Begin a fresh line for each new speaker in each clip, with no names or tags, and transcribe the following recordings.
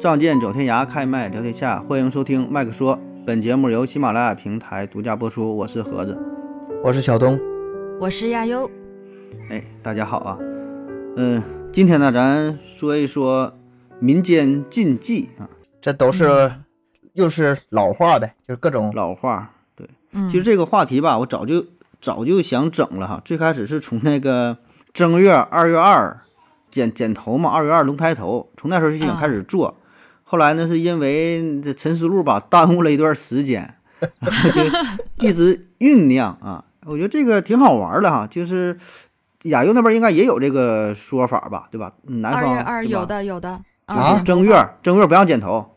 仗剑走天涯，开麦聊天下，欢迎收听麦克说。本节目由喜马拉雅平台独家播出，我是盒子。
我是小东。
我是亚优，
哎，大家好啊，嗯，今天呢，咱说一说民间禁忌啊，
这都是
嗯
又是老话呗，就是各种
老话。对，
嗯，
其实这个话题吧，我早就早就想整了哈，最开始是从那个正月二月二剪剪头嘛，二月二龙抬头，从那时候就想开
啊
始做。后来呢，是因为这《陈思路》吧耽误了一段时间，然后就一直酝酿啊。我觉得这个挺好玩的哈，就是亚优那边应该也有这个说法吧，对吧？南
二
方
月二
对吧
有的啊有的
就是正月正月不让剪头，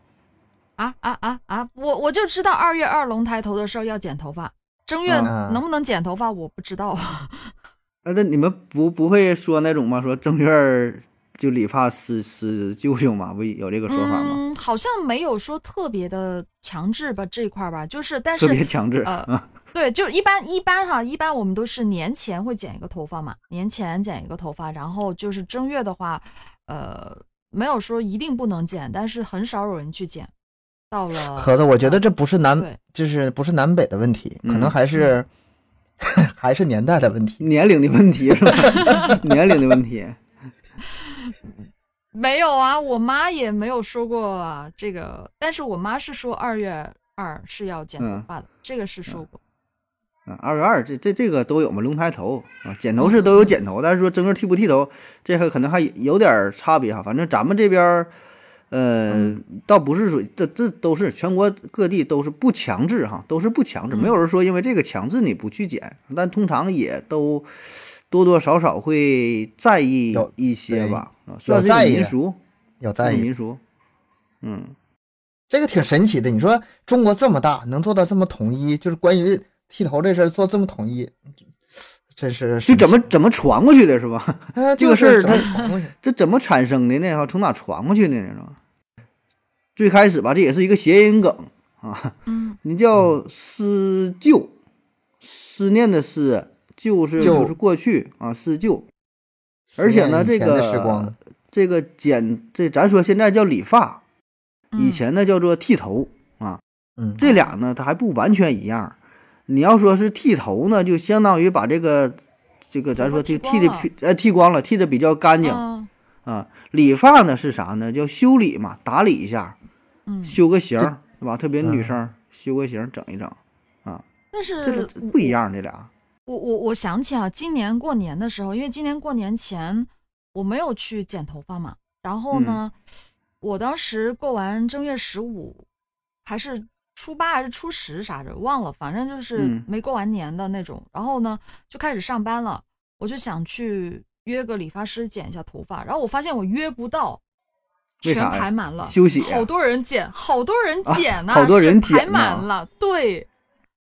啊啊啊啊！我我就知道二月二龙抬头的时候要剪头发，正月
嗯
能不能剪头发我不知道啊。
啊，那你们不不会说那种吗？说正月儿就理发师师舅舅嘛，不有这个说法吗？
嗯，好像没有说特别的强制吧这一块儿吧，就是但
特别
是
强制
呃
啊，
对，就是一般一般哈，一般我们都是年前会剪一个头发嘛，年前剪一个头发，然后就是正月的话，呃，没有说一定不能剪，但是很少有人去剪。到了
盒子，我觉得这不是南，
对，
就是不是南北的问题，
嗯
可能还是 还是年代的问题。
年龄的问题是吧？ 年龄的问题，
没有啊，我妈也没有说过啊这个，但是我妈是说二月二是要剪头
嗯
发的，这个是说过。
嗯，二月二这这这个都有嘛，龙抬头啊，剪头是都
嗯
有剪头，但是说正月剃不剃头，这个可能还有点儿差别哈。反正咱们这边儿，呃，
嗯
倒不是说这这都是全国各地都是不强制哈，都是不强制，没有
嗯
人说因为这个强制你不去剪，但通常也都多多少少会在意
有
一些吧，啊，
有
算是一种
在意
民
的
俗，
有在
算是
意，
民俗，嗯。
这个挺神奇的。你说中国这么大，能做到这么统一，就是关于剃头这事儿做这么统一，真是
就怎么怎么传过去的是吧？
哎
这个
就
事儿
是
它
怎么传过去
这怎么产生的呢？哈，从哪传过去的呢？是吧？最开始吧，这也是一个谐音梗啊。
嗯
你叫思旧，思念的思，旧是
旧
就是过去啊，思旧。 而且呢，
思念
这
以前的时
个
光
这个剪这咱说现在叫理发，
嗯
以前呢叫做剃头。
嗯，
这俩呢，它还不完全一样。你要说是剃头呢，就相当于把这个这个咱说
头
剃
发
剃
剃
的
光
皮呃剃光了，剃的比较干净。
嗯
啊，理发呢是啥呢？叫修理嘛，打理一下，
嗯，
修个形儿，对吧？特别女
嗯
生儿修个形儿，整一整，
但是
这个不一样，这俩。
我我我想起啊，今年过年的时候，因为今年过年前我没有去剪头发嘛，然
嗯
后呢，我当时过完正月十五，还是初八还是初十啥的，忘了，反正就是
嗯
没过完年的那种。然后呢，就开始上班了，我就想去约个理发师剪一下头发，然后我发现我约不到。
为
全
啥呀
排满了，
休息呀
好多人剪，好多人
啊
剪呐、
好多
是
人
排
剪呐
满了，对，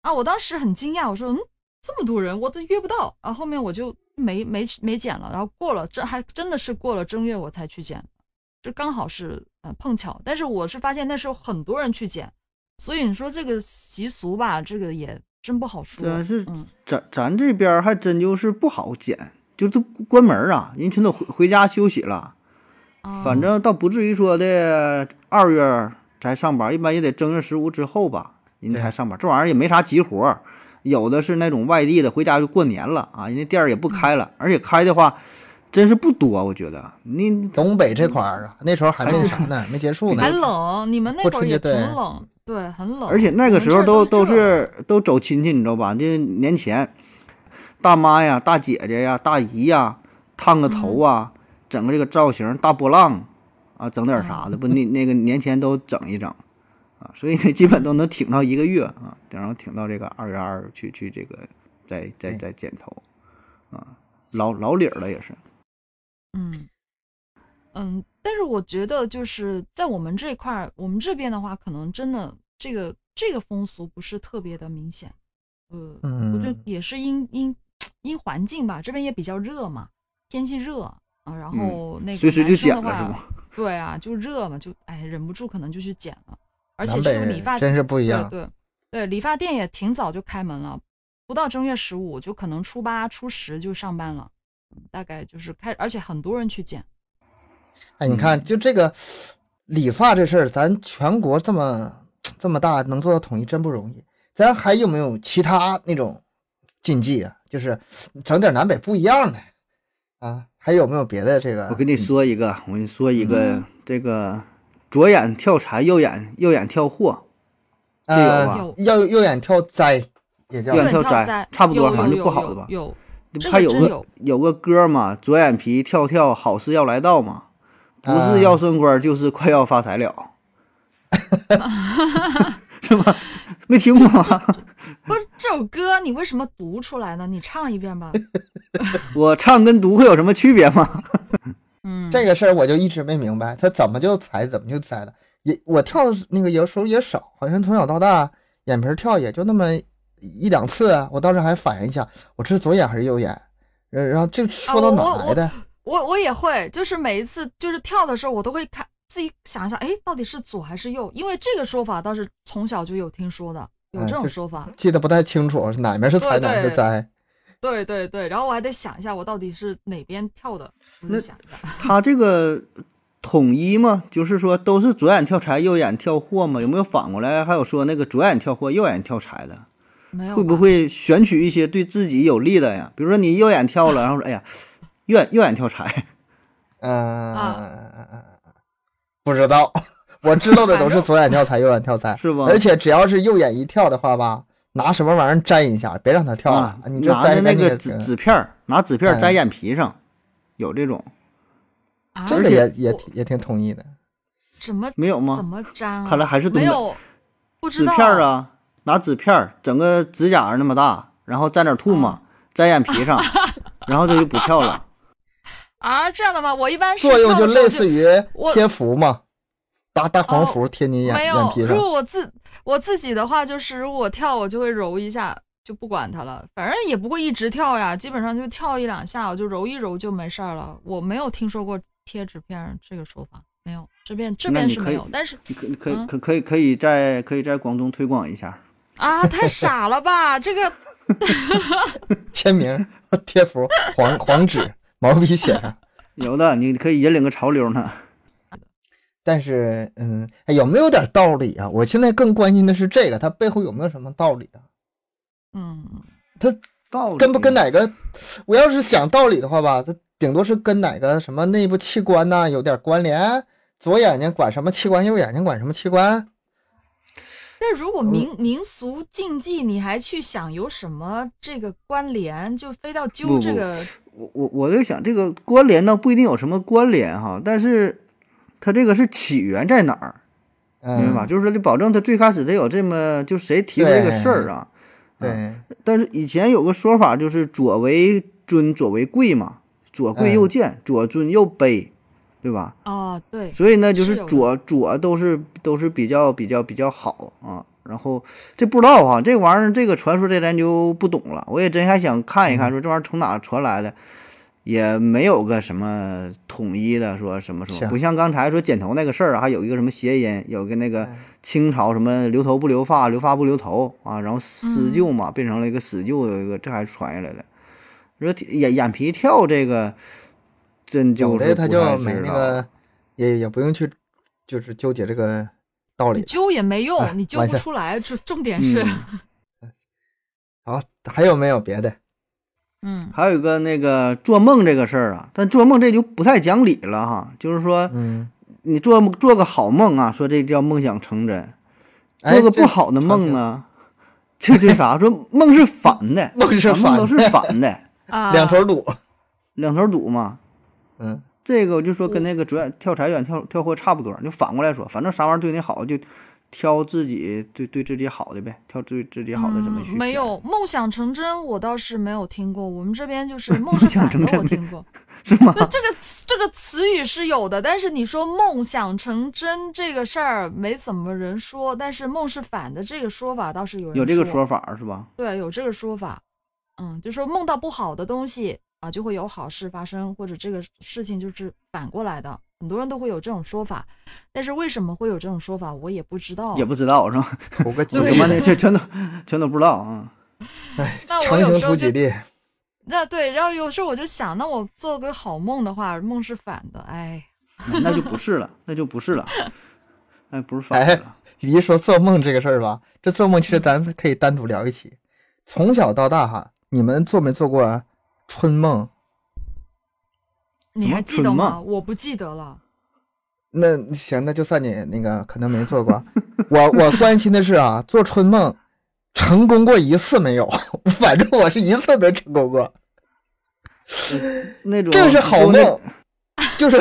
啊，我当时很惊讶，我说，嗯，这么多人，我都约不到啊。后面我就没没没剪了，然后过了，这还真的是过了正月我才去剪，这刚好是呃碰巧。但是我是发现那时候很多人去剪，所以你说这个习俗吧，这个也真不好说。
但啊是
嗯
咱咱这边儿还真就是不好剪，就都关门儿啊，人全都回回家休息了。
啊，
反正倒不至于说的二月才上班，一般也得正月十五之后吧，人家才上班。这玩意儿也没啥急活儿，有的是那种外地的回家就过年了啊，人家店儿也不开了，而且开的话真是不多，我觉得你
东北这块儿啊，那时候还
还
没
是
啥呢，没结束呢
还，冷，你们那
过
会儿
春
也
节
挺
对
冷，对，很冷。
而且那个时候
我
都
哦们这
都
儿热
是都走亲戚，你知道吧？这年前，大妈呀、大姐姐呀、大姨呀，烫个头啊，
嗯
整个这个造型，大波浪啊，整点啥的，不那那个年前都整一整啊，所以呢，基本都能挺到一个月啊，然后挺到这个二月二去去这个再再再剪头啊，老老理儿了也是，
嗯，嗯，但是我觉得就是在我们这块儿，我们这边的话，可能真的这个这个风俗不是特别的明显。呃，我觉得
嗯，
也是因因因环境吧，这边也比较热嘛，天气热啊，然
嗯
后那个
随时
男
就
生
剪
的
了是
话，
吗？
对啊，就热嘛，就哎忍不住可能就去剪了，而且
南
这
北
个理发
真是不一
对
样，
对对，理发店也挺早就开门了，不到正月十五就可能初八、初十就上班了，大概就是开，而且很多人去剪。
嗯
哎，你看，就这个，理发这事儿，咱全国这么这么大能做到统一真不容易。咱还有没有其他那种禁忌啊？就是整点南北不一样的啊？还有没有别的这个？
啊
我跟你
嗯
说一个，我跟你说一个，这个左眼跳财，右眼右眼跳祸，这有吧
呃，要右眼跳灾也叫
右眼
对
跳
跳
灾差不多
有
反正
有
就不
有
好
有
的吧
有，
这
这
不还
个
有
真
个
有
有个歌嘛，左眼皮跳跳，好事要来到嘛，不
啊
是要升官，就是快要发财了， 是吧？没听过吗？
不是这首歌你为什么读出来呢？你唱一 遍吧。
我唱跟读会有什么区别吗？
嗯，
这个事儿我就一直没明白，他怎么就裁，怎么就裁了？也我跳的那个有时候也少，好像从小到大眼皮儿跳也就那么一两次啊。我当时还反应一下，我这是左眼还是右眼？然然后这说到
我
哪
啊我
儿来的？
我我也会，就是每一次就是跳的时候，我都会看自己想一下，哎，到底是左还是右？因为这个说法倒是从小就有听说的，有
哎
这种
就是
说法。
记得不太清楚，是哪边是财，
对对
哪边是灾？
对对对，然后我还得想一下，我到底是哪边跳的？我
那
就想一下，
他这个统一嘛，就是说都是左眼跳财，右眼跳祸嘛？有没有反过来？还有说那个左眼跳祸，右眼跳财的，
没有
会不
吧？
会选取一些对自己有利的呀？比如说你右眼跳了，然后说哎呀，右眼右眼跳财，
嗯、
啊
不知道，我知道的都
反
是
正
左眼跳财，右眼跳财。
是吧？
而且只要是右眼一跳的话吧，拿什么玩意儿粘一下，别让它跳了。
啊，
你这
拿
栽
着那
跟
个呃
个
纸
嗯
纸片儿，拿纸片儿
哎
粘眼皮上，有这种
啊
这
而
个
且
也也
我
挺也挺统一的。
怎么
没有
怎
吗？
么粘啊？
看来还是东
没
北
有，不知
纸
道
片儿啊，拿纸片儿整个指甲那么大，然后蘸点吐沫粘眼皮 上，然后这就不跳了。
啊！这样的吗？我一般是
作用
跳的时候
类似于
我
贴符嘛，大大黄
哦
符贴你眼、
没
眼
有，
皮
如
上。
果我自我自己的话，就是如果我跳，我就会揉一下，就不管它了，反正也不会一直跳呀，基本上就跳一两下，我就揉一揉就没事儿了。我没有听说过贴纸片儿这个说法，没有，这边这
那
边
你
是
可
没
以
有，但是
你可你可以
嗯
可可以可以在可以在广东推广一下，
啊，太傻了吧，这个
签名、 贴符、黄黄纸、毛笔写上。
有的你可以引领个潮流呢。
但是，嗯，哎有没有点道理啊？我现在更关心的是这个，它背后有没有什么道理啊？
嗯，
道理
跟不跟哪个？我要是想道理的话吧，它顶多是跟哪个什么内部器官呐、有点关联。左眼睛管什么器官，右眼睛管什么器官？
那如
呃
果民民俗禁忌，你还去想有什么这个关联，就非要
不
揪这
不
个
我我我在想这个关联呢不一定有什么关联哈，但是它这个是起源在哪儿？明白吧？
嗯，
就是说得保证他最开始得有这么，就谁提出这个事儿啊？
对，
但是以前有个说法，就是左为尊，左为贵嘛，左贵右贱，左尊右卑，对吧？
啊？对，
所以呢，就是是
有的
左左都是都是比较比较比较好啊。然后这不知道啊，这玩意儿这个传说这咱就不懂了。我也真还想看
嗯
一看，说这玩意儿从哪传来的，也没有个什么统一的说什么什
是
么，
啊
不像刚才说剪头那个事儿啊，还有一个什么谐音，有个那个
嗯
清朝什么留头不留发，留发不留头啊，然后施救
嗯
嘛，变成了一个施救，有一个这还传下来了。说眼眼皮跳这个，真
有
就
的
是
他
不
就
太
没
知
那
道
个，也也不用去，就是纠结这个道
你
理。
揪也没用，
哎
你揪
完
不
事
出来，重重点是，
嗯
好，还有没有别的？
嗯
还有一个那个做梦这个事儿啊，但做梦这就不太讲理了哈。就是说，
嗯，
你做做个好梦啊，说这叫梦想成真；
哎
做个
这
不好的梦呢，这这啥？说梦是反的，
梦是
啊梦
反
都是
的
反 的，
啊，
两头堵。
两头堵嘛。
嗯，
这个我就说跟那个左眼跳财，右眼跳跳祸差不多，就反过来说，反正啥玩意儿对你好，就挑自己对对自己好的呗，挑对自己好的怎么去、
嗯？没，有梦想成真，我倒是没有听过。我们这边就是梦
梦
是
想
反
成
的，
真
我
没
听过。
是 吗？
那这个词这个词语是有的，但是你说梦想成真这个事儿没怎么人说，但是梦是反的这个说法倒是有人
有这个
说
说法儿是吧？
对，有这个说法。嗯，就说梦到不好的东西啊，就会有好事发生，或者这个事情就是反过来的。很多人都会有这种说法，但是为什么会有这种说法，我也不知道。
也不知道是吧？
图个吉
我
对
他妈
利
的，，这全都全都不知道啊。
哎，
那我
强
有
行
时候
图吉
就
利。
那对，然后有时候我就想，那我做个好梦的话，梦是反的，哎，
嗯那那就不是了，那就不是了，那不是反
哎
了。
雨一说做梦这个事儿吧，这做梦其实咱可以单独聊一期。从小到大哈，你们做没做过春梦？
你
什么
还记
春
得吗？
梦
我不记得了。
那行，那就算你那个可能没做过。我我关心的是啊，做春梦成功过一次没有？ 反正我是一次没成功过。
那种
这个是好
就那
梦，就是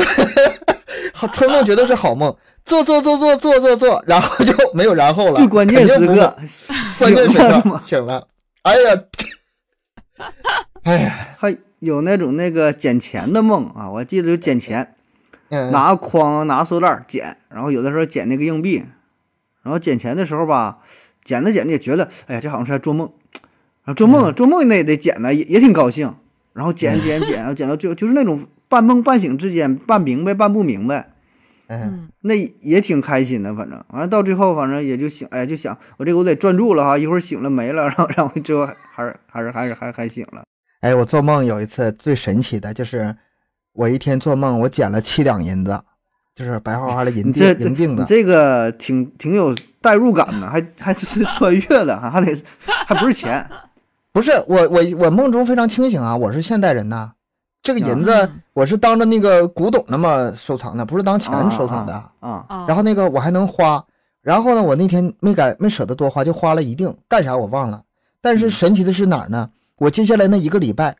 好春梦，绝对是好梦。做做做做做做做，然后就没有然后了。
最关键
肯
时
定不
刻
梦，
醒
关键时
了
刻
嘛，
醒了。哎呀， 哎呀，
还有那种那个捡钱的梦啊，我记得就捡钱，
嗯，
拿筐拿塑料袋儿捡，然后有的时候捡那个硬币，然后捡钱的时候吧，捡着捡着也觉得，哎呀，这好像是在做梦，然后做
嗯
梦做梦那也得捡呢，也也挺高兴，然后捡捡 捡，捡到最后就是那种半梦半醒之间，半明白半不明白，哎
嗯，
嗯，
那也挺开心的，反正完了到最后，反正也就醒，哎，就想我这个我得攥住了哈，一会儿醒了没了，然后然后最后还是还是还是还还醒了，
哎，我做梦有一次最神奇的就是，我一天做梦，我捡了七两银子，就是白花花的银
你
锭
这这
银锭
你
子。
这个挺挺有代入感的，还还 是穿越的，还还得还不是钱，
不是我我我梦中非常清醒啊，我是现代人呐。这个银
啊
子
嗯
我是当着那个古董那么收藏的，不是当 钱收藏的。
啊啊啊
啊，
然后那个我还能花，然后呢，我那天没敢没舍得多花，就花了一定，干啥我忘了。但是
嗯
神奇的是哪儿呢？我接下来那一个礼拜，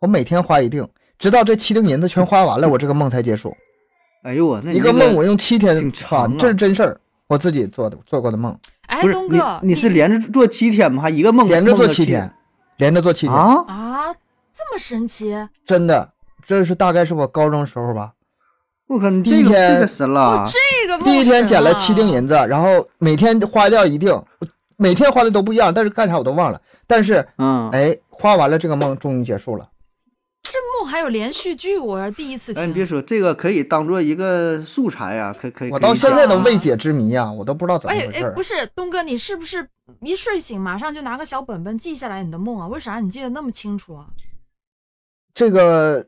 我每天花一定，直到这七锭银子全花完了，我这个梦才结束。
哎呦我那你
一
这
个梦我用七天
挺
花
长啊
这是真事儿，我自己做的做过的梦，
哎，
不是
东
你
哥，
你是连着做七天吗？还一个梦
连着做
梦到
七天，连着做七天，
啊？
啊，这么神奇？
真的，这是大概是我高中时候吧。
我靠，你
第
这
一
个
天
这个神
哦
了，，啊
这个
第一
梦
天
神
捡了
啊
七锭银子，然后每天花掉一锭，每天花的都不一样，但是干啥我都忘了。但是
嗯，
哎，花完了这个梦终于结束了。
这梦还有连续剧，我是第一次听。
哎，你别说，这个可以当做一个素材呀、可可以。
我
可以
到现
讲
在都未解之谜呀、我都不知道怎么
哎
回事
哎，
儿
不。是东哥，你是不是一睡醒马上就拿个小本本记下来你的梦啊？为啥你记得那么清楚啊？
这个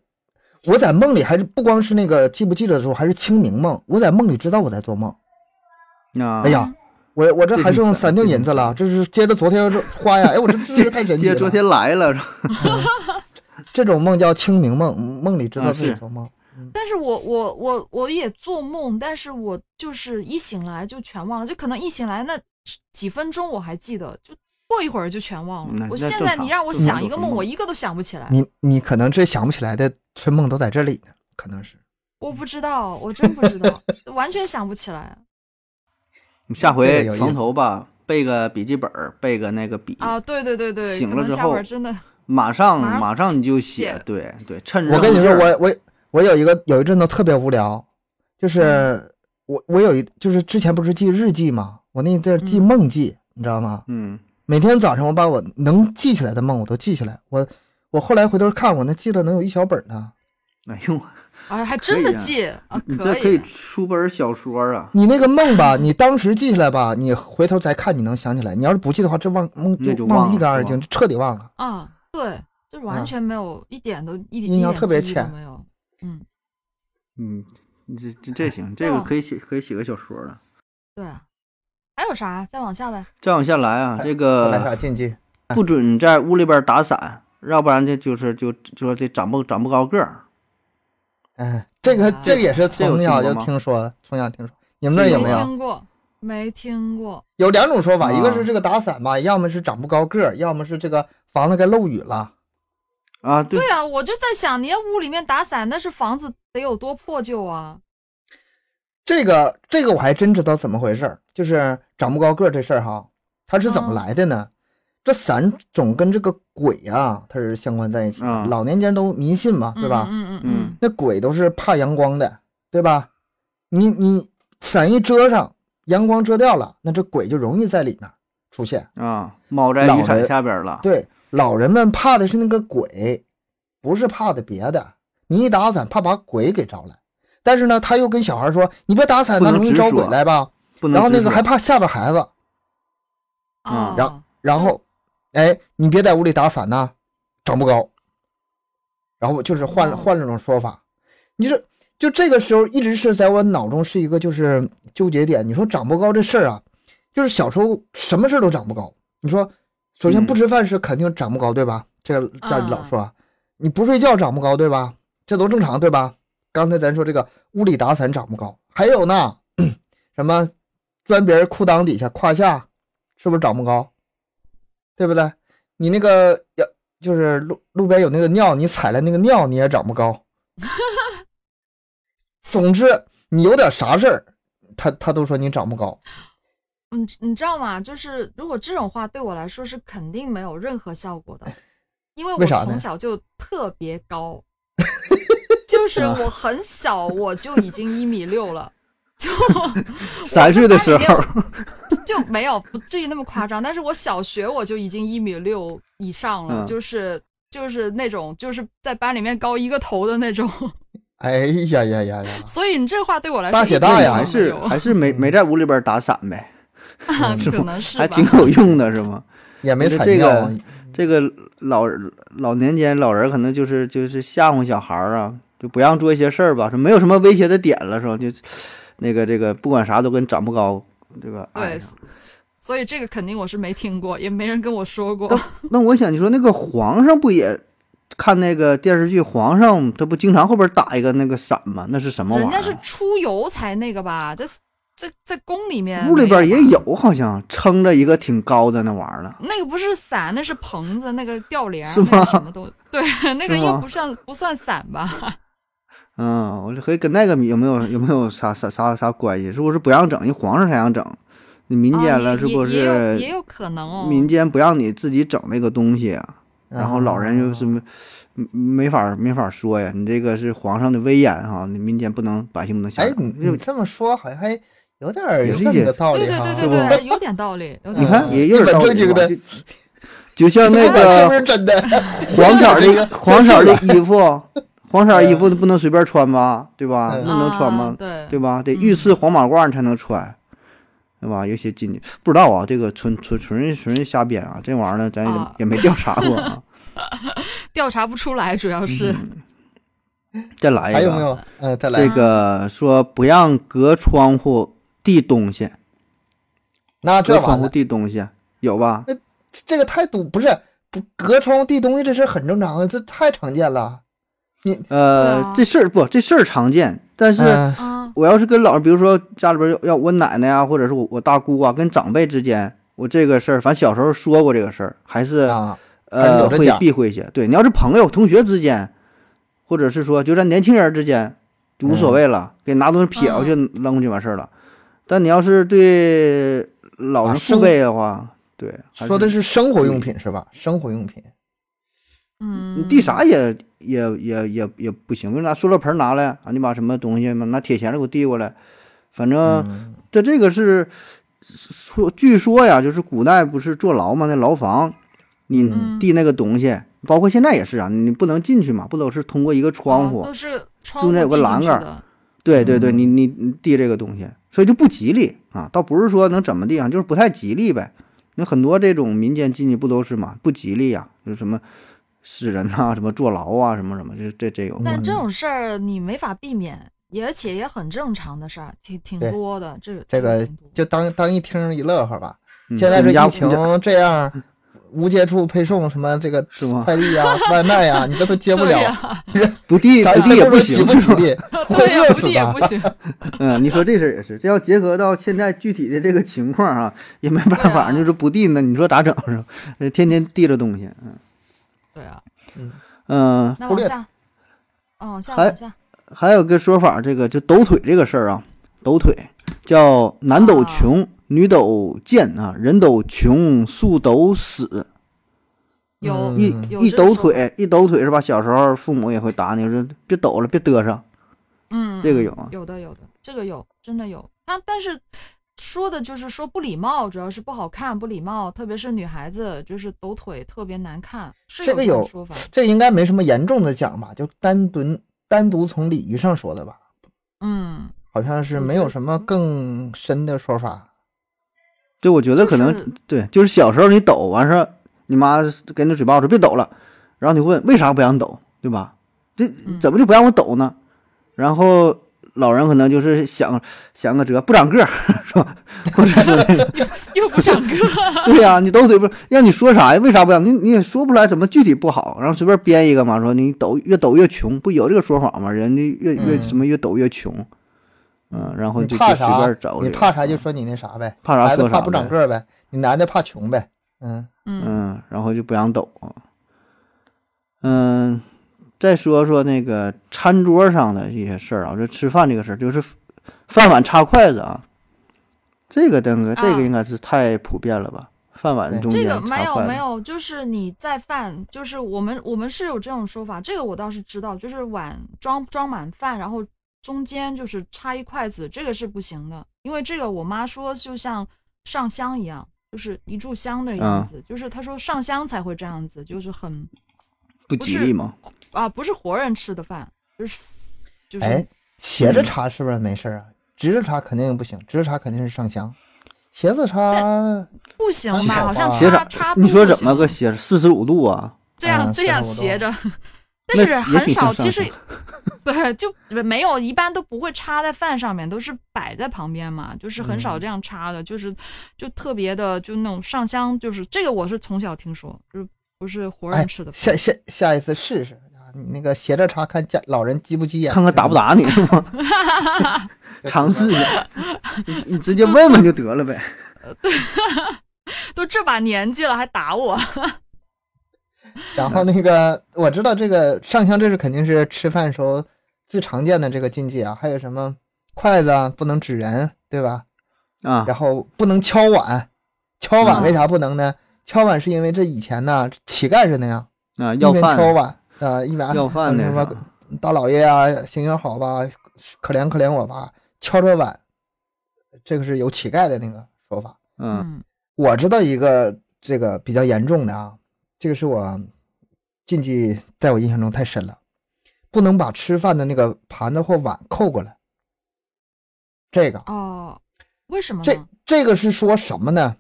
我在梦里还是不光是那个记不记得的时候，还是清明梦。我在梦里知道我在做梦。
啊，
哎呀，我我这还剩
这挺神
三锭银子了，这是接着昨天花呀。哎，我这这
接
个太神奇
接
了。
昨天来了，是吧
这种梦叫清明梦，嗯梦里知道
啊
自己
是
做梦。
但是我我我我也做梦，但是我就是一醒来就全忘了，就可能一醒来那几分钟我还记得，就过一会儿就全忘
嗯那
了。我
那
现
正
在
常
你让我
正常
想一个
做
梦，
梦
我一个都想不起来。
你你可能这想不起来的春梦都在这里呢，可能是。
我不知道，我真不知道， 完全想不起来
你下
这个
回
有意思
床头吧，备个笔记本儿，备个那个笔
啊！对对对对，
醒
可
了
能
之
下回
后
儿真的
马上
马上
马上你就
写
写，对对，趁着
我跟你
有
说，
劲儿
我我我有一个有一阵子特别无聊，
嗯
就是我我有一就是之前不是记日记吗？我那阵儿记
嗯
梦记，你知道吗？
嗯
每天早上我把我能记起来的梦我都记起来，我我后来回头看，我那记得能有一小本儿呢。
哎 呦，
啊，还
可
真
以
的
啊
记啊，
你这可以出本小说啊，
你那个梦吧，你当时记下来吧，你回头再看你能想起来。你要是不记的话，这忘梦
那就
忘
忘
得一
了
干二
是吧
净，就彻底忘了。
啊，对，就
啊
完全没有、一点都一点
印
一
象
点
特别
记忆
浅
都没有。嗯，
嗯，你这这这行，这个
哦
可以写可以写个小说了。
对啊，还有啥？再往下呗。
再往下来啊，这
再哎来
个
啥禁忌？
不准在屋里边打伞，要不然这就是就就说这长不长不高个儿。
哎，这个
啊
这个也是
这有
从
听
小
过
就
吗
听说，从小听说。你们那儿有
没
没有？
听过？没听过。
有两种说法，
啊
一个是这个打伞吧，要么是长不高个儿，要么是这个房子该漏雨了。
啊，对
对啊，我就在想，你要屋里面打伞，那是房子得有多破旧啊！
这个这个我还真知道怎么回事儿，就是长不高个儿这事儿哈，它是怎么
啊
来的呢？这伞总跟这个鬼啊，它是相关在一起的。
啊
老年间都迷信嘛，对吧？
嗯嗯嗯
嗯
那鬼都是怕阳光的，对吧？你你伞一遮上，阳光遮掉了，那这鬼就容易在里面出现。
啊，猫在雨伞下边了。
对，老人们怕的是那个鬼，不是怕的别的。你一打伞，怕把鬼给招来。但是呢，他又跟小孩说：“你别打伞，
不
那
能
容易
直
招
说
鬼来吧。”
不能
然后那
直
个
说
还怕吓着孩子，
嗯
啊，
然后然后，哎，你别在屋里打伞呐、长不高。然后就是换
哦
换这种说法，你这就这个时候一直是在我脑中是一个就是纠结点。你说长不高这事儿啊，就是小时候什么事儿都长不高。你说，首先
嗯
不吃饭是肯定长不高，对吧？这个家里老说啊，你不睡觉长不高，对吧？这都正常，对吧？刚才咱说这个屋里打伞长不高，还有呢， 什么钻别人裤裆底下、胯下，是不是长不高？对不对？你那个要就是路路边有那个尿，你踩了那个尿，你也长不高。总之，你有点啥事儿，他他都说你长不高。
你嗯你知道吗？就是如果这种话对我来说是肯定没有任何效果的，因为我
为啥呢
从小就特别 高，就是我很小我就已经一米六了， 就
三岁的时候，
就没有不至于那么夸张，但是我小学我就已经一米六以上了，
嗯
就是就是那种就是在班里面高一个头的那种，
哎呀呀呀呀！
所以你这话对我来说
大姐大呀
还
一点
是
用都没
还是没没在屋里边打伞呗，
有
是
可
吗
能是吧
还挺有用的，是吗？
也没
这
踩
这
尿
个
啊，
这个老老年间老人可能就是就是吓唬小孩儿啊，就不让做一些事儿吧，说没有什么威胁的点了，是吧？就那个这个不管啥都跟长不高哎这个爱
对
上。，
所以这个肯定我是没听过，也没人跟我说过。
那我想你说那个皇上不也看那个电视剧，皇上他不经常后边打一个那个伞吗？那是什么玩意
人
儿？啊
家是出游才那个吧，在在在宫里面
屋里边
哎没
也
吧。
有，好像撑着一个挺高的那玩意儿呢。
那个不是伞，那是棚子，那个吊帘儿，
是
那
吗
个什么东西？对， 那个
是
又
吗
不算不算伞吧？
嗯，我就可以跟那个有没有有没有啥啥啥啥关系？是不是不让整？人皇上才让整，你民
啊
间
也
了是不
也也有
是？
也有可能哦。
民间不让你自己整那个东西，啊
嗯
然后老人就是
啊
没没法没法说呀，你这个是皇上的威严哈，你民间不能百姓不能瞎
哎
整，。
你你
就
这么说好像还有点儿
也
有
是
这
一
么
些
个道理
对对
哈，
对
是
对
吧
对，有点道理，有点
你
道
看
理。
也有
一
点
本
道
正
理
经
吧，
的
就就像那
是不是
个
真的？
黄色儿
这个
的黄色儿的衣 服，黄色儿衣
嗯
服不能随便穿吧，对吧？
嗯
那能穿吗
啊？对
对吧？得
嗯
御赐黄马褂你才能穿，对吧？有些禁忌不知道啊，这个纯纯纯是纯是瞎编啊，这玩意儿呢咱也
啊
也没调查过 啊。
调查不出来，主要是
再来一个，啊
还有没有？嗯，再来
哎这，个说不让隔窗户递东西，
那这
隔
完
窗户
了，
递东西有吧？
这个太堵，不是不隔窗户递东西这事儿很正常啊，这太常见了。
对啊
呃，这事儿不，这事儿常见，但是
嗯
啊，
我要是跟老人，比如说家里边儿要要我奶奶啊，或者是我我大姑啊，跟长辈之间，我这个事儿，反正小时候说过这个事儿，还是
啊，还是
呃
有这
会
讲
避讳一些。对你要是朋友、同学之间，或者是说就咱年轻人之间，就无所
嗯
谓了，给拿东西撇过去、扔过去完事儿了。但你要是对老
啊
人
生
父辈的话，对，还
说的是生活用品是吧？生活用品，
你
嗯，
递啥也也也也也不行，拿塑料盆拿来啊，你把什么东西嘛，拿铁钳子给我递过来，反正
嗯，
这这个是说，据说呀，就是古代不是坐牢嘛，那牢房你
嗯
递那个东西，包括现在也是啊，你不能进去嘛，不都是通过一个窗户？
啊都是窗户
中间有个
递进
栏
去
杆儿
的
对对对，
嗯
你你你递这个东西，所以就不吉利啊，倒不是说能怎么地啊，就是不太吉利呗。那很多这种民间禁忌不都是嘛，不吉利呀、就是什么死人呐、什么坐牢啊，什么什么，这这这有关。
但这种事儿你没法避免，也而且也很正常的事儿，挺挺
对
多的。这个
这个
挺多
就当当一听一乐呵吧。
嗯
现在
我
这
们家
疫情这样，无接触配送什么这个
是吗
快递呀、外卖呀，你这都接不
对
了，
呀，
不递
咱
不递也
咱
不
不吉
行，
不
是吧
吉利，会
对呀，
饿
不递
死
也
的
不。行。
嗯，你说这事儿也是，这要结合到现在具体的这个情况啊，也没办
对
法，
啊
就是不递呢，你说咋整是吧？呃天天递着东西，嗯
对啊，
嗯、
那
忽
往
略
下，哦，往下
还
往下，
还有个说法，这个就抖腿这个事儿啊，抖腿叫男
啊
抖穷，女抖贱啊，人抖穷，树抖死。
有
嗯
一
有
一
这个
抖
说法
腿，一抖腿是吧？小时候父母也会打你，说别抖了，别嘚瑟。
嗯，
这个有啊
有的有的，这个有，真的有。他但是说的就是说不礼貌，主要是不好看，不礼貌，特别是女孩子就是抖腿特别难看，是
这个
种
有
说法。
这应该没什么严重的讲吧？就单独单独从礼仪上说的吧，
嗯，
好像是没有什么更深的说法。
对，我觉得可能、
就是
对，就是小时候你抖完事儿，你妈给你嘴巴子说别抖了，然后你问为啥不让抖，对吧？这
嗯
怎么就不让我抖呢？然后老人可能就是想想个辙，不长个儿 是吧？或者说那个，
又不 上课，
对呀、你都得不让你说啥呀？为啥不长？你你也说不出来什么具体不好，然后随便编一个嘛，说你抖越抖越穷，不有这个说法吗？人家越越
嗯
什么越抖越穷，嗯，然后
你
就
怕
就随
啥
便找？
你
理由
怕啥就
嗯
说你那啥呗，
怕啥
孩子
说啥
怕不长
呗
个儿呗，你男的怕穷呗，嗯
嗯
嗯，然后就不想抖。嗯，再说说那个餐桌上的一些事儿啊，就吃饭这个事儿，就是饭碗插筷子啊，这个等个这
啊
个应该是太普遍了吧？饭碗
对
中
这
间
个没
插
有
筷
没
子，
有，就是你在饭，就是我们我们是有这种说法，这个我倒是知道，就是碗装装满饭，然后中间就是插一筷子，这个是不行的，因为这个我妈说就像上香一样，就是一炷香的样
啊
子，就是她说上香才会这样子，就是很
不
不
吉
是
利嘛。
啊，不是活人吃的饭，就是就是、
哎，斜
嗯
着插是不是没事儿啊？直着插肯定不行，直着插肯定是上香，斜着插
不行
斜
吧？
着
好像
吧
斜
插
着
插，
你
肚
说
不
怎么
行
个斜？四十五度啊？
这样、
啊
这样
四十五
斜
度
着， 但是
也
很
挺
少，
上
其
上
实 对，就没有，一般都不会插在饭上面，都是摆在旁边嘛，就是很
嗯
少这样插的，就是就特别的，就那种上香，就是这个我是从小听说，就是不是活
哎
人吃的，
下下下一次试试啊，你那个斜着插看家老人急不急眼，
看看打不
打，
打你是 吗？尝试一下，你你直接问问就得了呗。
都这把年纪了还打我，
然后那个我知道这个上香，这是肯定是吃饭时候最常见的这个禁忌啊。还有什么筷子啊不能指人，对吧？
啊，
然后不能敲碗，敲碗
嗯
为啥不能呢？敲碗是因为这以前呢乞丐是那样，
啊，
一
要
边敲
饭
碗啊一边
要饭那
什么
啥
大老爷啊行行好吧，可怜可怜我吧，敲着碗，这个是有乞丐的那个说法。
嗯
嗯
我知道一个这个比较严重的啊，这个是我禁忌，在我印象中太深了，不能把吃饭的那个盘子或碗扣过来。这个，
哦，为什
嗯
么
这
呢？
这个是说什么呢？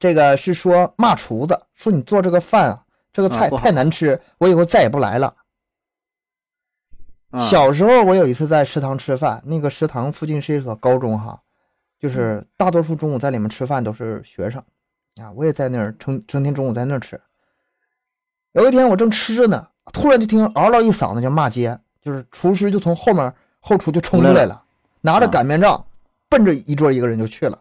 这个是说骂厨子，说你做这个饭啊，这个
啊
菜
不好
太难吃，我以后再也不来了。
啊，
嗯
小时候我有一次在食堂吃饭，那个食堂附近是一所高中哈，
嗯
就是大多数中午在里面吃饭都是学生，啊，我也在那儿成成天中午在那儿吃。有一天我正吃着呢，突然就听嗷唠一嗓子就骂街，就是厨师就从后面后厨就冲出
出来
来
了
了，拿着
啊
擀面杖，奔着一桌一个人就去了，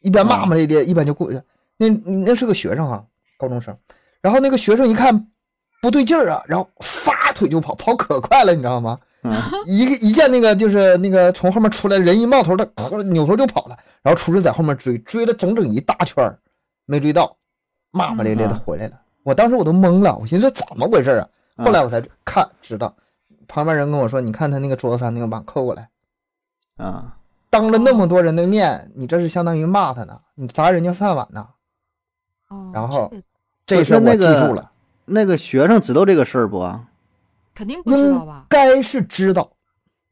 一边骂骂咧咧，一边就过去。那那是个学生啊，高中生。然后那个学生一看不对劲儿啊，然后撒腿就跑，跑可快了，你知道吗？
嗯
一个一见那个就是那个从后面出来人一冒头，他呃扭头就跑了。然后厨师在后面追，追了整整一大圈儿，没追到，骂骂咧咧的回来了。我当时我都懵了，我寻思这怎么回事啊？
啊
后来我才看知道，旁边人跟我说，你看他那个桌子上那个碗扣过来，
啊，
当着那么多人的面，你这是相当于骂他呢，你砸人家饭碗呢。
哦，
然后
这个
这事儿
那
我
那
记
个
住了。
那个学生知道这个事儿不啊？
肯定不知道
应
吧？
该是知道，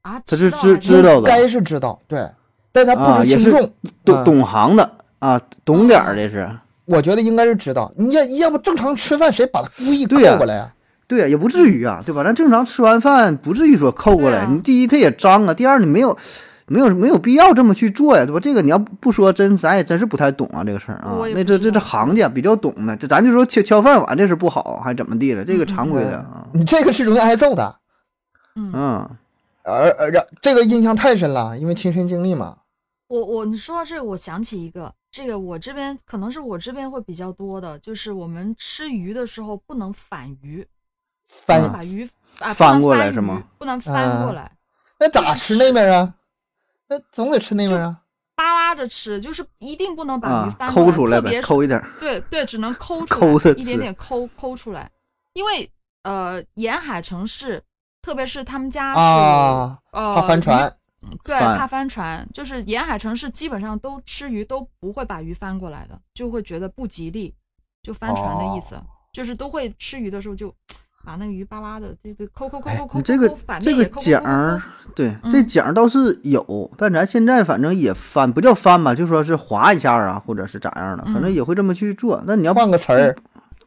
啊，
他是
知道
知
还
知道的
应该是知道，对，但他
啊
不
也
知
是
轻重，
懂
嗯
懂行的啊，懂点儿这是。
我觉得应该是知道。你要要不正常吃饭，谁把他故意扣
对呀
过来呀、
对呀，也不至于啊，对吧？咱正常吃完饭，不至于说扣过来。
对啊
你第一，它也脏啊；第二，你没有，没有，没有必要这么去做呀，对吧？这个你要不说真，咱也真是不太懂啊，这个事儿啊
我。也
那
不
这
知
这这
道
行家比较懂的，这咱就说敲敲饭碗这是不好，还怎么地了？这个
嗯
常规的啊，
你这个是容易挨揍的，
嗯
嗯
而而然这个印象太深了，因为亲身经历嘛。
我我你说到这个，我想起一个，这个我这边可能是我这边会比较多的，就是我们吃鱼的时候不能反鱼，不
翻、
能
嗯
把鱼啊不
翻
能
过来
翻
是吗啊
鱼？不能翻过
嗯
来，
那咋吃那边啊？那总得吃那边啊。
扒拉着吃，就是一定不能把鱼
啊，
翻过
抠出来
特
呗，
别是
抠一点儿。
对对，只能 抠出
抠
来
着
一
吃
点点抠抠出来，因为呃沿海城市，特别是他们家是、
啊，
呃
怕翻船，
对，
翻
怕翻船，就是沿海城市基本上都吃鱼都不会把鱼翻过来的，就会觉得不吉利，就翻船的意思，
哦
就是都会吃鱼的时候就把那个鱼扒拉的这这抠抠抠抠抠抠，
哎你这个
抠反
这
面
个
也抠抠抠
奖
抠
儿
抠，
对，这
嗯
奖儿倒是有，但咱现在反正也翻，不叫翻吧，就说是划一下啊，或者是咋样的，反正
嗯
也会这么去做。那你要
换个词儿，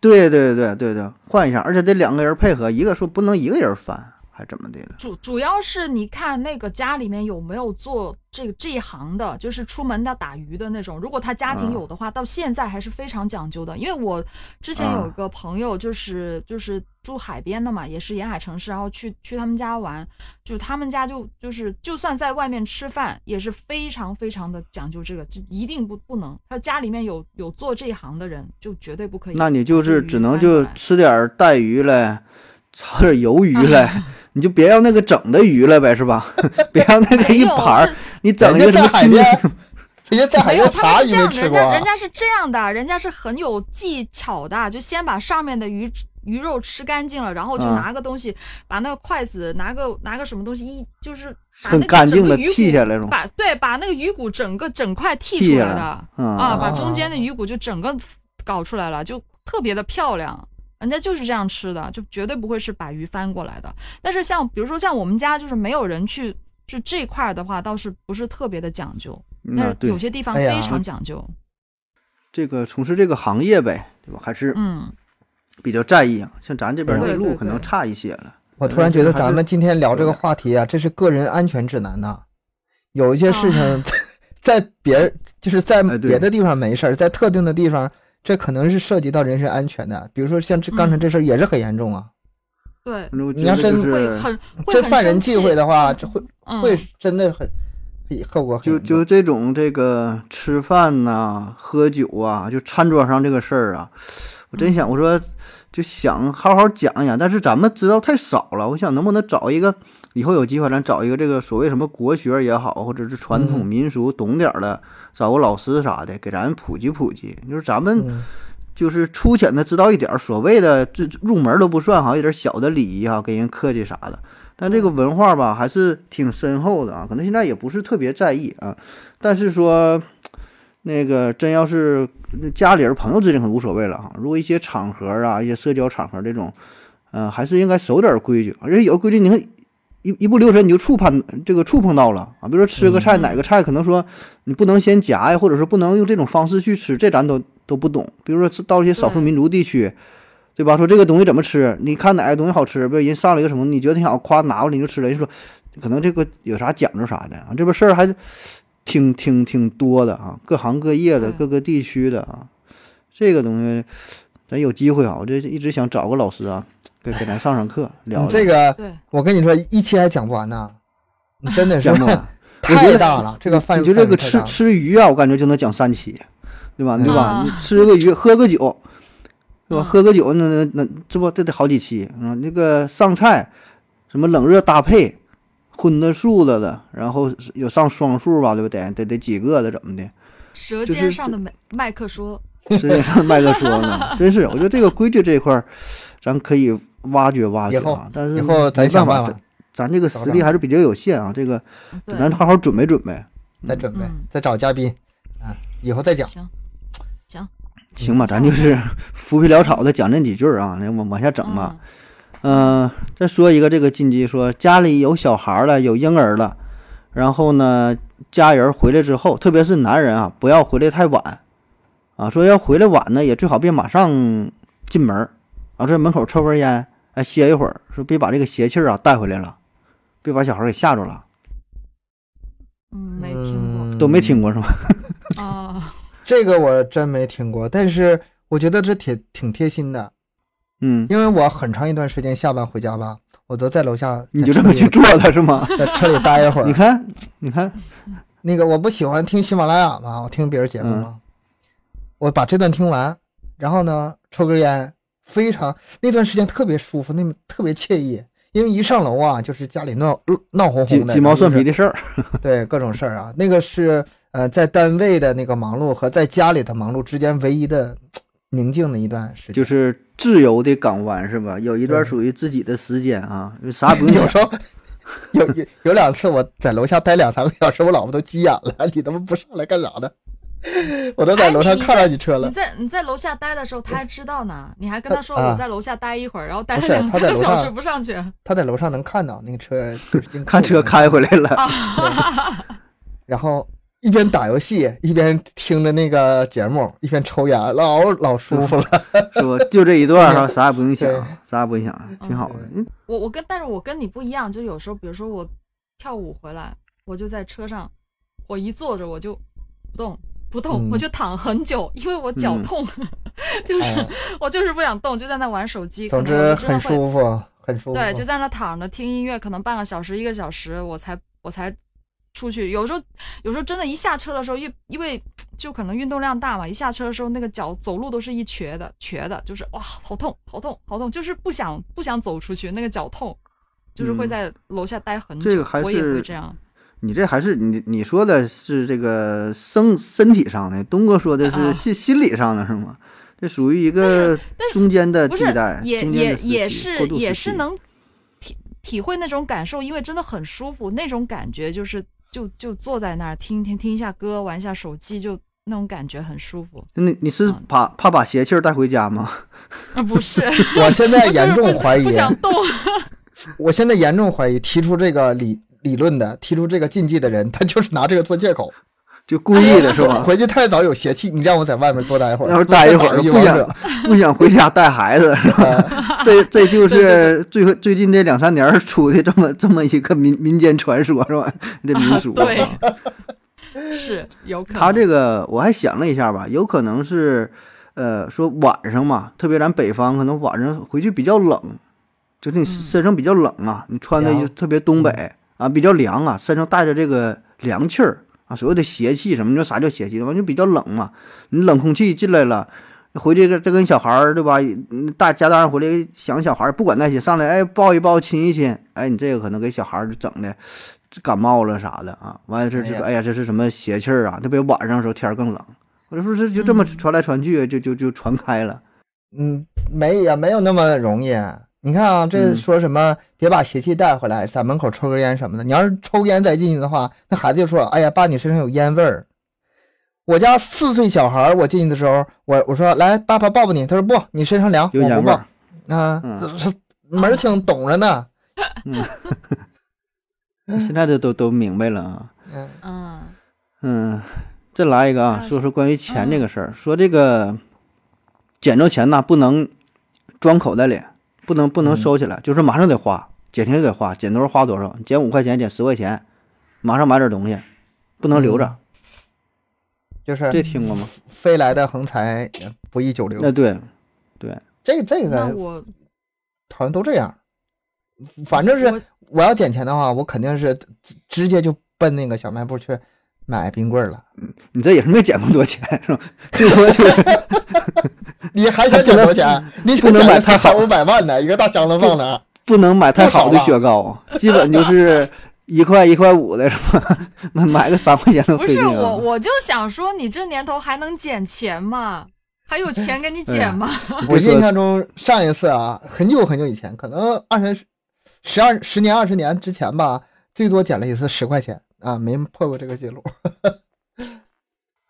对对对对对，换一下，而且得两个人配合，一个说不能一个人翻，还还怎么的了？
主主要是你看那个家里面有没有做这个这一行的，就是出门要打鱼的那种。如果他家庭
啊
有的话，到现在还是非常讲究的。因为我之前
啊
有一个朋友，就是、就是住海边的嘛，也是沿海城市，然后去去他们家玩，就他们家就就是就算在外面吃饭，也是非常非常的讲究这个，就一定不不能。他家里面有有做这一行的人，就绝对不可以。
那你就是
把鱼
只能
搬过
就
来啊
吃点儿带鱼嘞，炒点儿鱿鱼 嘞，你就别要那个整的鱼了呗，是吧？ 别要那个
没
一
有啊
盘儿
这，
你整一个
人家
什
在
么
海
青
边，人家在 海
没有，
边
哎他
啥
们是
鱼没吃
这样的，人
过
家
啊
人？家是这样的，人家是很有技巧的，就先把上面的鱼鱼肉吃干净了，然后就
嗯
拿个东西，把那个筷子拿个拿个什么东西一就是把
很
那个
干
整
净
个
的
鱼骨
剔下来是吗
把对把那个鱼骨整个整块剔
剔
出
下
来
来
的啊，
啊，
把中间的鱼骨就整个搞出来了，就特别的漂亮。人家就是这样吃的，就绝对不会是把鱼翻过来的。但是像比如说像我们家就是没有人去，就这块儿的话倒是不是特别的讲究。但
那
是有
对
些地方
哎呀
非常讲究，
这个从事这个行业呗，对吧？还是
嗯，
比较在意啊。像咱这边
对
内
对
陆可能
对
差一些了。
我突然觉得咱们今天聊这个
还是
话题啊，这是个人安全指南呐、有一些事情 在别人就是在
啊哎对
别的地方没事儿，在特定的地方，这可能是涉及到人身安全的。比如说像这刚才
嗯
这事儿也是很严重啊，
对，
反正我
你
觉
要
得
真
就是
会很会
嗯
这
很
犯人
生
忌
气
讳的话，这会
嗯
会真的很后果很
就
严重
就这种这个吃饭呐、喝酒啊，就餐桌上这个事儿啊，我
嗯
真想我说就想好好讲一讲，但是咱们知道太少了。我想能不能找一个，以后有机会咱找一个这个所谓什么国学也好，或者是传统
嗯
民俗懂点儿的，找个老师啥的给咱普及普及。就是咱们
嗯
就是粗浅的知道一点儿，所谓的这入门都不算哈，有点小的礼仪哈，跟人客气啥的。但这个文化吧，还是挺深厚的啊，可能现在也不是特别在意啊。但是说，那个真要是家里人、朋友之间可能无所谓了哈。如果一些场合啊，一些社交场合这种，呃，还是应该守点规矩。而且有规矩，你看一一不留神你就触碰这个触碰到了啊。比如说吃个菜，
嗯
哪个菜可能说你不能先夹呀，或者说不能用这种方式去吃，这咱都都不懂。比如说到一些少数
对
民族地区。对吧？说这个东西怎么吃？你看哪个东西好吃，不是人上了一个什么，你觉得挺好，夸拿过来你就吃了。人说可能这个有啥讲究啥的啊，这边事儿还挺挺挺多的啊，各行各业的、
对
各个地区的啊，这个东西咱有机会啊，我这一直想找个老师啊，给给咱上上课聊聊
你嗯这个，
对，
我跟你说，一期还讲不完呢，你真的是
讲不完我觉
太
得
大了，这个范
你就这
范围
个
太
吃
大了
吃鱼啊，我感觉就能讲三期，对吧？
嗯
对吧？
啊
你吃个鱼，喝个酒，对吧？
嗯
喝个酒，那那那这不这得好几期啊、嗯那个上菜，什么冷热搭配，荤的、素的的，然后有上双数吧，对不对？得得几个的，怎么的？
舌
就是
尖上
这
的麦麦克说，
实际上麦克说呢，真是，我觉得这个规矩这一块儿，咱可以挖掘挖掘
以后
啊。但是
以后咱
没
想
办
办法
咱，咱这个
找
实
找
力还是比较有限啊。这个
对，
咱好好准备准备，
再准备
嗯，
再找嘉宾啊，以后再讲。
行行，
行吧？咱就是浮皮潦草的讲这几句儿啊，那往往下整吧。嗯、再说一个这个禁忌，说家里有小孩儿了，有婴儿了，然后呢，家人回来之后，特别是男人啊，不要回来太晚啊。说要回来晚呢，也最好别马上进门儿啊，在门口抽根烟，哎，歇一会儿，说别把这个邪气儿啊带回来了，别把小孩儿给吓着了。
嗯，嗯，没听
都没听过是吧？
过啊，
这个，我真没听过。但是我觉得这挺挺贴心的，
嗯，
因为我很长一段时间下班回家吧，我都在楼下，
你就 这么去做的是吗？
在车里待一会
你
儿。
看，你看，
那个我不喜欢听喜马拉雅嘛，我听别人节目
嗯
嘛，我把这段听完，然后呢抽根烟，非常那段时间特别舒服，那特别惬意。因为一上楼啊，就是家里闹闹哄
鸡
哄的，
鸡毛蒜
然
皮
后就是
的事儿，
对各种事儿啊，那个是呃在单位的那个忙碌和在家里的忙碌之间唯一的宁静的一段时间。
就是自由的港湾是吧？有一段
对
属于自己的时间啊，就啥也不用 想
有。时候有有有两次我在楼下待两三个小时，我老婆都急眼了，你他妈不上来干啥呢？ 我都在楼上看上哎你车了
你。在你在楼下待的时候，他还知道呢，你还跟
他
他说
啊
我在楼下待一会儿，然后待
不
了
是
两
他
三
在
个
楼
小
上
时不上去，
他在楼上能看到那个车就是进库
看车
了
开回来了，
对然后一边打游戏一边听着那个节目，一边抽烟，老老舒服了。
是不？就这一段儿哈，啊啥也不用
对
想，啥也不用想，挺好的。嗯
我我跟但是我跟你不一样，就有时候比如说我跳舞回来，我就在车上，我一坐着我就不动不动，
嗯
我就躺很久，因为我脚
嗯
痛， 就是、
哎
我就是不想动，就在那玩手机，可
总
能我
之
就
很
真的会
舒服，很舒服。
对，就在那躺着听音乐，可能半个小时、一个小时，我才我才出去。有时候，有时候真的，一下车的时候，因因为就可能运动量大嘛，一下车的时候，那个脚走路都是一瘸的，瘸的，就是哇，好痛，好痛，好痛，就是不想不想走出去，那个脚痛，就是会
嗯
在楼下待很久。
这个还
我也会
是
这样。
你这还是你你说的是这个生身体上的，东哥说的
啊
是心心理上的，是吗？这属于一个
但是
中间的
不
地
是
带，，
也
中间
也
的时期
也是
过渡
也
时
是
期
能体体会那种感受，因为真的很舒服，那种感觉就是就就坐在那儿听听听一下歌，玩一下手机，就那种感觉很舒服。
你你是怕怕把邪气儿带回家吗？
啊，不是，
我现在
我就是
严
不
重怀疑
不，想动。
我现在严重怀疑提出这个理理论的、提出这个禁忌的人，他就是拿这个做借口。
就故意 的是吧？
啊回去太早有邪气，你让我在外面多待一会儿，
要是待一会儿
多
不
打
想
者
不想回家带孩子，是吧？这这就是最最近这两三年儿出的这么这么一个民民间传说是吧？这民俗、啊
对是有可能。
他这个我还想了一下吧，有可能是，呃，说晚上嘛，特别咱北方可能晚上回去比较冷，就是你身上比较冷啊，你穿的就
凉
特别东北啊，比较凉啊，身上带着这个凉气儿啊，所谓的邪气什么，你知道啥叫邪气？完就比较冷嘛，你冷空气进来了。回去这这跟小孩儿对吧？嗯大家当然回来想小孩儿，不管那些上来哎抱一抱亲一亲，哎你这个可能给小孩儿就整的感冒了啥的啊，完了这这
哎
个
呀
哎呀这是什么邪气儿啊？特别晚上的时候天儿更冷，我这不是就这么
嗯
传来传去就就就传开了，
嗯，没也没有那么容易。你看啊，这
嗯
说什么别把邪气带回来，在门口抽根烟什么的。你要是抽烟再进去的话，那孩子就说：“哎呀，爸，你身上有烟味儿。”我家四岁小孩儿，我进去的时候，我我说：“来，爸爸抱抱你。”他说：“不，你身上凉，
有
我
烟
不
味
抱
儿。。
啊，
嗯
这这门儿挺懂着呢。
现在都都都明白了啊。
嗯，
嗯，
嗯，再来一个啊，
嗯
说说关于钱这个事儿，说这个捡着钱呐，不能装口袋里，不能不能收起来，就是马上得花，捡钱就得花，捡多少花多少，捡五块钱，捡十块钱，马上买点东西，不能留着。
就是
这听过吗？
飞来的横财不宜久留。
那对，对，
这这
那
个
我
好像都这样，反正是
我
我要捡钱的话，我肯定是直直接就奔那个小卖部去买冰棍儿了。
你这也是没捡过多钱是吧？最多就是
你 还想捡多少钱？你
不能买太好
三五百万的一个大箱子 放那儿，
不能买太好的雪糕，基本就是一块一块五的是吧？ 买买个三块钱都
不
费劲啊。
是我，我就想说，你这年头还能捡钱吗？还有钱给
哎
你捡吗？
你
我
别说
印象中上一次啊，很久很久以前，可能二十、十二、十年、二十年之前吧，最多捡了一次十块钱啊，没破过这个记录。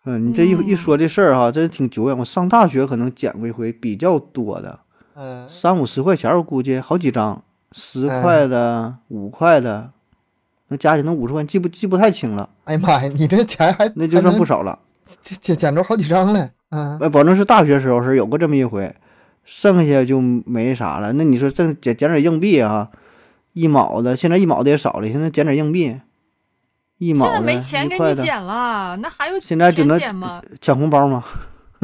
嗯，你这一一
嗯
说这事儿哈，真挺久远。我上大学可能捡过一回比较多的，
嗯，
三五十块钱，我估计好几张，十
哎
块的、五块的，那加起来能五十块，记不记不太清了，
哎呀妈呀，你这钱还
那就算不
少，
少了。
捡捡捡着好几张了。嗯，
呃，保证是大学时候是有过这么一回，剩下就没啥了。那你说挣捡捡点硬币啊，一毛的，现在一毛的也少了，现在捡点硬币，一毛的，
现在没钱
一
给
块
你
的。
捡了，那还有
现在只
钱
能
捡吗？
抢红包嘛，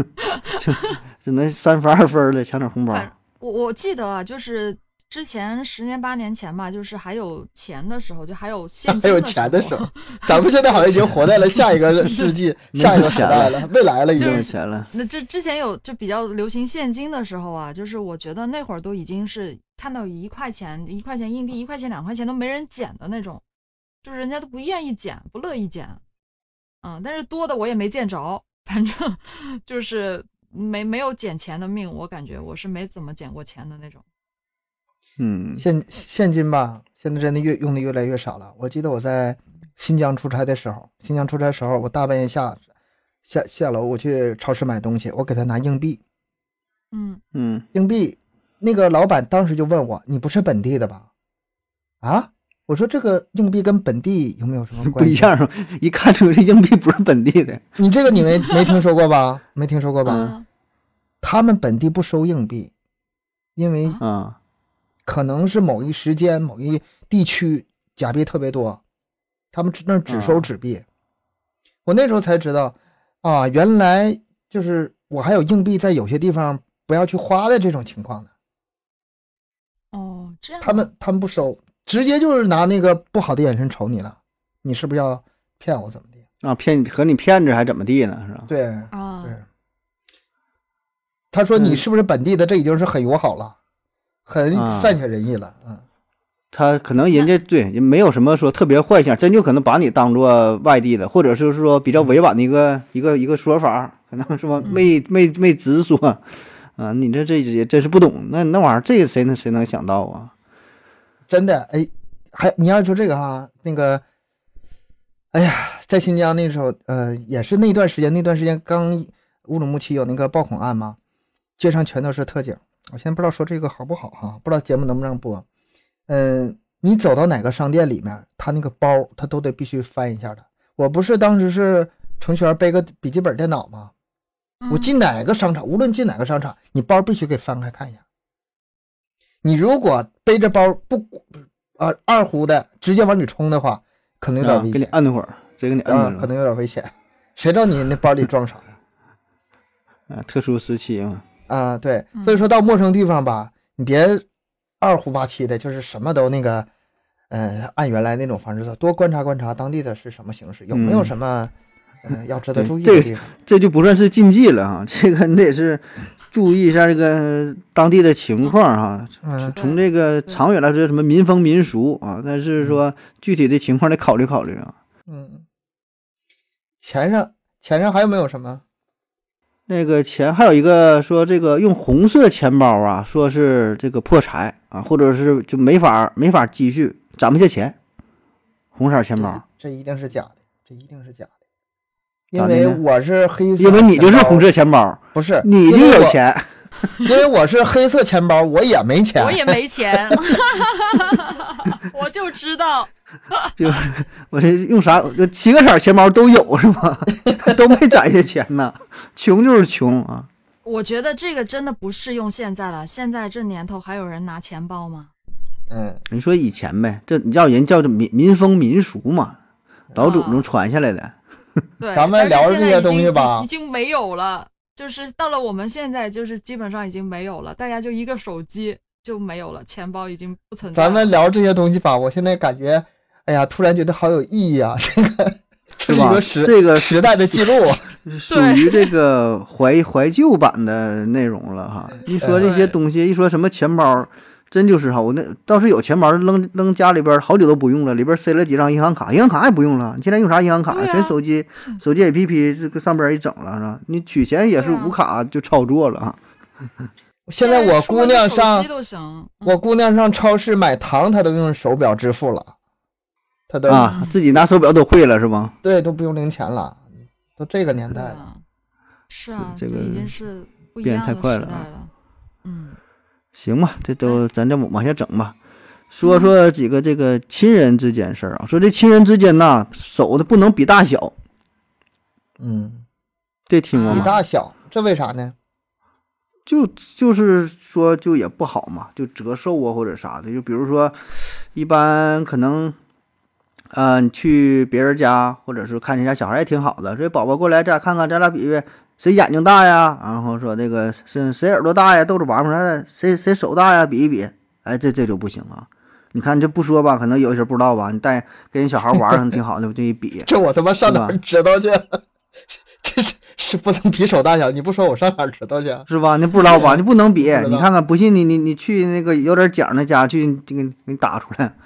就只能三分二分的抢点红包。
反我我记得啊，就是之前十年八年前吧，就是还有钱的时候，就还有现
还
金
有
时
钱的
候
时候， 咱们现在好像已经活在了下一个世纪、
没
下一个时
钱
代
了
了，未来了已
没
经
有
就是
钱了，
那这之前有就比较流行现金的时候啊，就是我觉得那会儿都已经是看到一块钱、一块钱硬币、一块钱、两块钱都没人捡的那种，就是人家都不愿意捡，不乐意捡。嗯，但是多的我也没见着，反正 就是没没有捡钱的命，我感觉我是没怎么捡过钱的那种。
嗯，
现现金吧，现在真的越用的越来越少了。我记得我在新疆出差的时候，新疆出差的时候，我大半夜下下下楼，我去超市买东西，我给他拿硬币，
嗯，
嗯，
硬币，那个老板当时就问我：“你不是本地的吧？”啊，我说这个硬币跟本地有没有什么
不
关系？
一样儿，一看出这硬币不是本地的。
你这个你没没听说过吧？没听说过吧？
嗯
啊，
他们本地不收硬币，因为
啊
啊
可能是某一时间、某一地区假币特别多，他们只那儿只收
啊
纸币。我那时候才知道，啊，原来就是我还有硬币在有些地方不要去花的这种情况呢。
哦，这样啊，
他们他们不收，直接就是拿那个不好的眼神瞅你了，你是不是要骗我怎么的？
啊，骗和你骗子还怎么地呢？是吧？
对
啊
对，，他说你
嗯
是不是本地的？这已经是很友好了，很
啊
善解人意了。嗯，
他可能人家对也没有什么说特别坏象，真就可能把你当做外地的，或者是说比较委婉的一
嗯
个一个一个说法，可能是吧？没没没直说，啊，你这这也真是不懂，那那玩意儿这个谁能谁能想到啊？
真的，哎，还你要说这个哈，那个，哎呀，在新疆那时候，呃，也是那段时间，那段时间刚乌鲁木齐有那个暴恐案嘛，街上全都是特警。我现在不知道说这个好不好哈，不知道节目能不能播。嗯，你走到哪个商店里面，他那个包他都得必须翻一下的。我不是当时是程序员背个笔记本电脑吗？我
嗯
进哪个商场，无论进哪个商场，你包必须给翻开看一下。你如果背着包不啊、二胡的，直接往里冲的话，可能有
啊
点危，
给你
险
摁会儿，直接给你
啊
摁着了。
可能有点危险。谁知道你那包里装啥 呀？
啊，特殊时期嘛，
啊，对，所以说到陌生地方吧，你别二胡八七的，就是什么都那个，呃，按原来那种方式做，多观察观察当地的是什么形式，有没有
嗯
什么，呃，要值得
对
注意
这
的
个
地方。
这就不算是禁忌了啊， 这个你得是注意一下这个当地的情况啊，
嗯，
从这个长远来说，什么民风民俗啊，但是说具体的情况得考虑考虑啊。
嗯，钱上钱上还有没有什么？
那个钱还有一个说这个用红色钱包啊，说是这个破财啊，或者是就没法没法积蓄，攒不下钱。红色钱包，
啊这一定是假的，这一定是假的，因
咋的
为
呢
我是黑色，
因为你就是红，色钱包，
不是
你就
因为
有
我，
钱。
因为我是黑色钱包，我也没钱
我，也没钱， 我就知道，
就是我这用啥？这七个色钱包都有是吧？ 都没攒下钱呢，穷就是穷啊。
我觉得这个真的不适用现在了，现在这年头还有人拿钱包吗？
嗯，
你说以前呗，这你叫人叫这民民风民俗嘛，老祖
啊
宗传下来的。
对，
咱们
而且
聊
现
这
在
些
已
东
经
西吧
已经没有了，就是到了我们现在，就是基本上已经没有了，大家就一个手机就没有了，钱包已经不存在了。
咱们聊这些东西吧，我现在感觉，哎呀，突然觉得好有意义啊， 这个这是一
吧
个时
这个
时代的记录，
属于这个怀怀旧版的内容了哈。一说这些东西，一说什么钱包，真就是哈，我那倒是有钱包扔扔家里边儿好久都不用了，里边塞了几张银行卡，银行卡也不用了，你现在用啥银行卡
对？啊
全手机
是
手机 APP 这个上边儿一整了是吧？你取钱也是
对啊
无卡就操作了啊。
现在我
出
姑
门
娘
手
上
机都行，嗯
我姑娘上超市买糖，她都用手表支付了，她都
啊，自己拿手表都会了是吧？
对都不用零钱了，都这个年代
对
了。
啊是啊，
这
已
个
经是不一
变
样
太
的
快
时
了
代
啊
了。嗯，
行吧，这都咱这往下整吧。说说几个这个亲人之间事儿啊，说这亲人之间呐，手的不能比大小，
嗯，
这听过
啊
比
吗？
大小，这为啥呢？
就就是说就也不好嘛，就折寿啊或者啥的。就比如说，一般可能，嗯、你去别人家或者是看人家小孩也挺好的，说哎宝宝过来，咱俩看看，咱俩比比谁眼睛大呀，然后说那个谁谁耳朵大呀，逗着玩玩，咱俩谁谁手大呀，比一比。哎，这这就不行啊！你看这不说吧，可能有些人不知道吧，你带跟人小孩玩儿可能挺好的，这一比，
这我他妈上哪
是
儿知道去？ 这是是不能比手大小，你不说我上哪儿知道去？啊
是吧？你不知道吧？你不能比
不知，道
你看看，不信你你你去那个有点奖那家去，你这个给你打出来。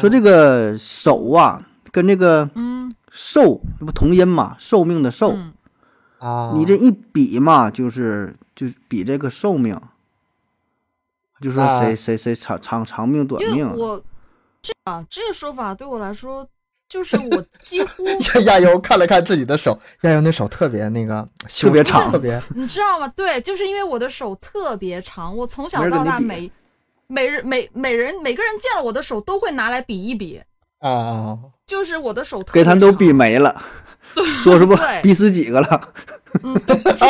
说这个手啊，跟这个
嗯，
寿，这不同音嘛？寿命的寿，
嗯
啊，
你这一比嘛，就是就比这个寿命，就说
啊
谁谁谁长长长命短
因为
命。啊
我这啊这个说法对我来说，就是我 几乎
亚优看了看自己的手，亚优那手特别那个修
特别
长
长
特别啊
你知道吗？对，就是因为我的手特别长，我从
没
小
人跟
到
你
大
比
每每人每每人每个人见了我的手都会拿来比一比，
啊，
就是我的手特
给
别
他都
长
比没了， 说是不
对
比死几个了？
嗯，都不知道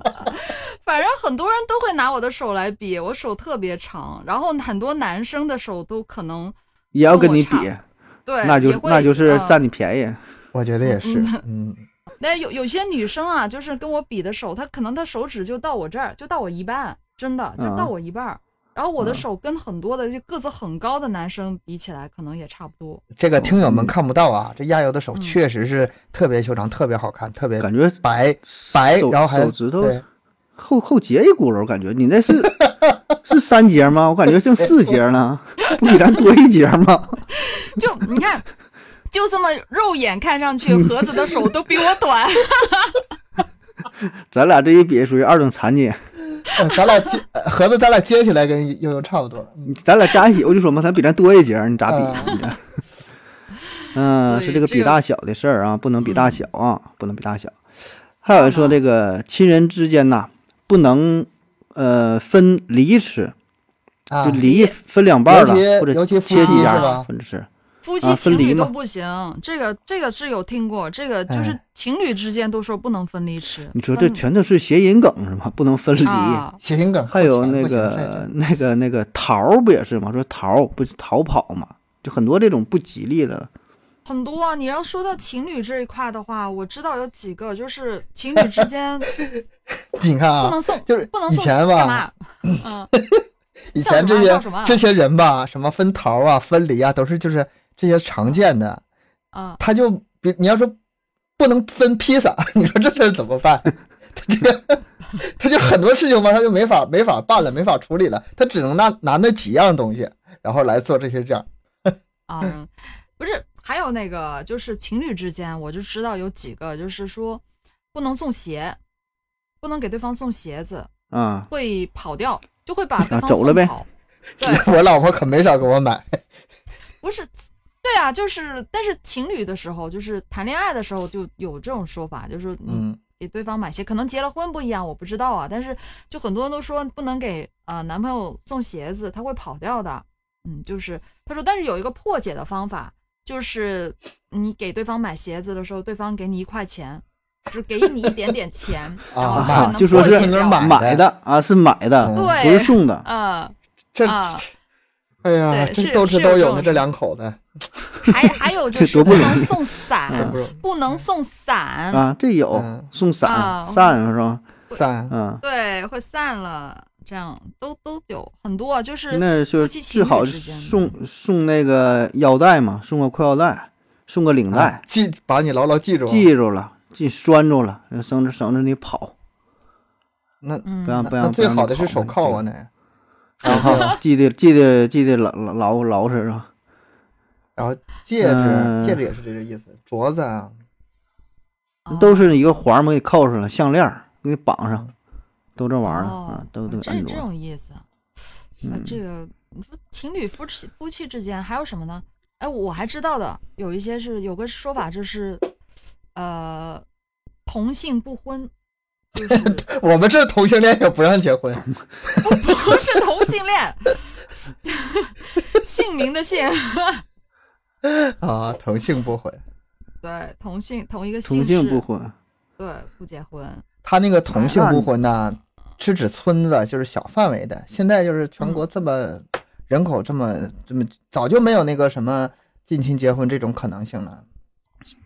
反正很多人都会拿我的手来比，我手特别长，然后很多男生的手都可能
也要跟你比
跟我，对，
那就
也会
那就是
嗯
占你便宜。
我觉得也是， 嗯，
那有有些女生啊，就是跟我比的手，她可能她手指就到我这儿，就到我一半，真的就到
嗯
我一半儿。然后我的
嗯
手跟很多的就个子很高的男生比起来，可能也差不多。
这个听友们看不到啊，这亚优的手
嗯
确实是特别修长，特别好看，特别
感觉
白白
手，
然后还
手指头
对
后后节一轱辘，我感觉你 那是是三节吗？我感觉像四节呢，不比咱多一节吗？
就你看，就这么肉眼看上去，盒子的手都比我 短。
咱俩这一比属于二等残疾，
嗯咱俩接盒子，咱俩接起来跟悠悠差不多，嗯
咱俩加一起，我就说嘛，咱比咱多一节，你咋比？
嗯
你这 嗯、
所以
是这个
这
比
个
大小的事儿啊，不能比
嗯
大小啊，不能比大小。还有人说
干嘛
这个亲人之间呐、不能呃分梨吃，
啊
就，梨分两半儿了，
尤其
或者
尤其夫
切
妻
几
是
样
吧
分着吃。
夫
啊
妻
分
情
离
侣都
嘛
不行，这个这个是有听过，这个就是
哎
情侣之间都说不能分离吃。
你说这
嗯
分
全都是谐音梗是吗？不能分离。
啊，
谐音梗，
还有
不行
那
不行
个那个那个逃儿不也是吗？说逃儿不是逃跑嘛，就很多这种不吉利的。
很多啊。你要说到情侣这一块的话，我知道有几个就是情侣之间
这你看
不
啊
能，送，
就是
不能
以
送
前
干
吧
嘛，？嗯，
以
像
前
什
这
么
些
像什么啊
这些人吧，什么分桃啊、分梨啊，都是就是这些常见的，
啊，
他就比你要说不能分披萨， 你说这事儿怎么办？ 他这个他就很多事情吧，他就没法没法办了，没法处理了，他只能拿拿那几样东西，然后来做这些这样。
啊，嗯不是，还有那个就是情侣之间，我就知道有几个，就是说不能送鞋，不能给对方送鞋子，
啊、
会跑掉，就会把对
啊
方
走了
送
呗
跑。对，
我老婆可没少给我买，
不是，对啊，就是，但是情侣的时候，就是谈恋爱的时候，就有这种说法，就是说你
嗯，
给对方买鞋，可能结了婚不一样，我不知道啊。但是就很多人都说不能给呃男朋友送鞋子，他会跑掉的。嗯，就是他说，但是有一个破解的方法，就是你给对方买鞋子的时候，对方给你一块钱，就是给你一点点钱，然后
啊
他
啊，
能
就说
破
是
解
从那儿
掉。
买的
买的啊，是买的，
对
不是送的。啊
嗯，
这
啊
哎呀，
对
这
是
都吃
是有
都
这
有
种
呢，这两口子
还还有就
这
是
多
不
不容
能
易嗯
送伞，
这不容易
不能送伞，
啊，这有、
嗯
送伞、
啊
伞是吧？
三
嗯，
对，会散了，这样都都有很多啊，就是
那
夫
就
妻情
最
侣
好
之间的
送送那个腰带嘛，送个裤腰带，送个领带，
啊记把你牢牢记住，啊
系住了，系拴住了，呃省着省着你跑，
那
嗯
不让
那
不让。
那最
不让你
好的是
跑
手
嘛
铐
这
啊，
个
那
手铐啊系的系的系的牢牢牢牢实是吧？
然后戒指
嗯
戒指也是这个意思，镯子啊，
啊
都是一个环儿嘛，给你扣上了，项链儿给你绑上，都这玩意儿了、
哦
啊，都都
这
安
这
着。
种意思啊，啊
嗯
这个你说情侣夫妻夫妻之间还有什么呢？哎，我还知道的有一些是有个说法就是，呃，同性不婚，就是
我们这同性恋也不让结婚，
不 不是同性恋，姓名的姓，
啊，同性不婚。
对，同性同一个姓
同性
氏
不，婚，
对，不结婚，
他那个同性不婚呐，是指村子，就是小范围的。现在就是全国这么人口这么这么，早就没有那个什么近亲结婚这种可能性了。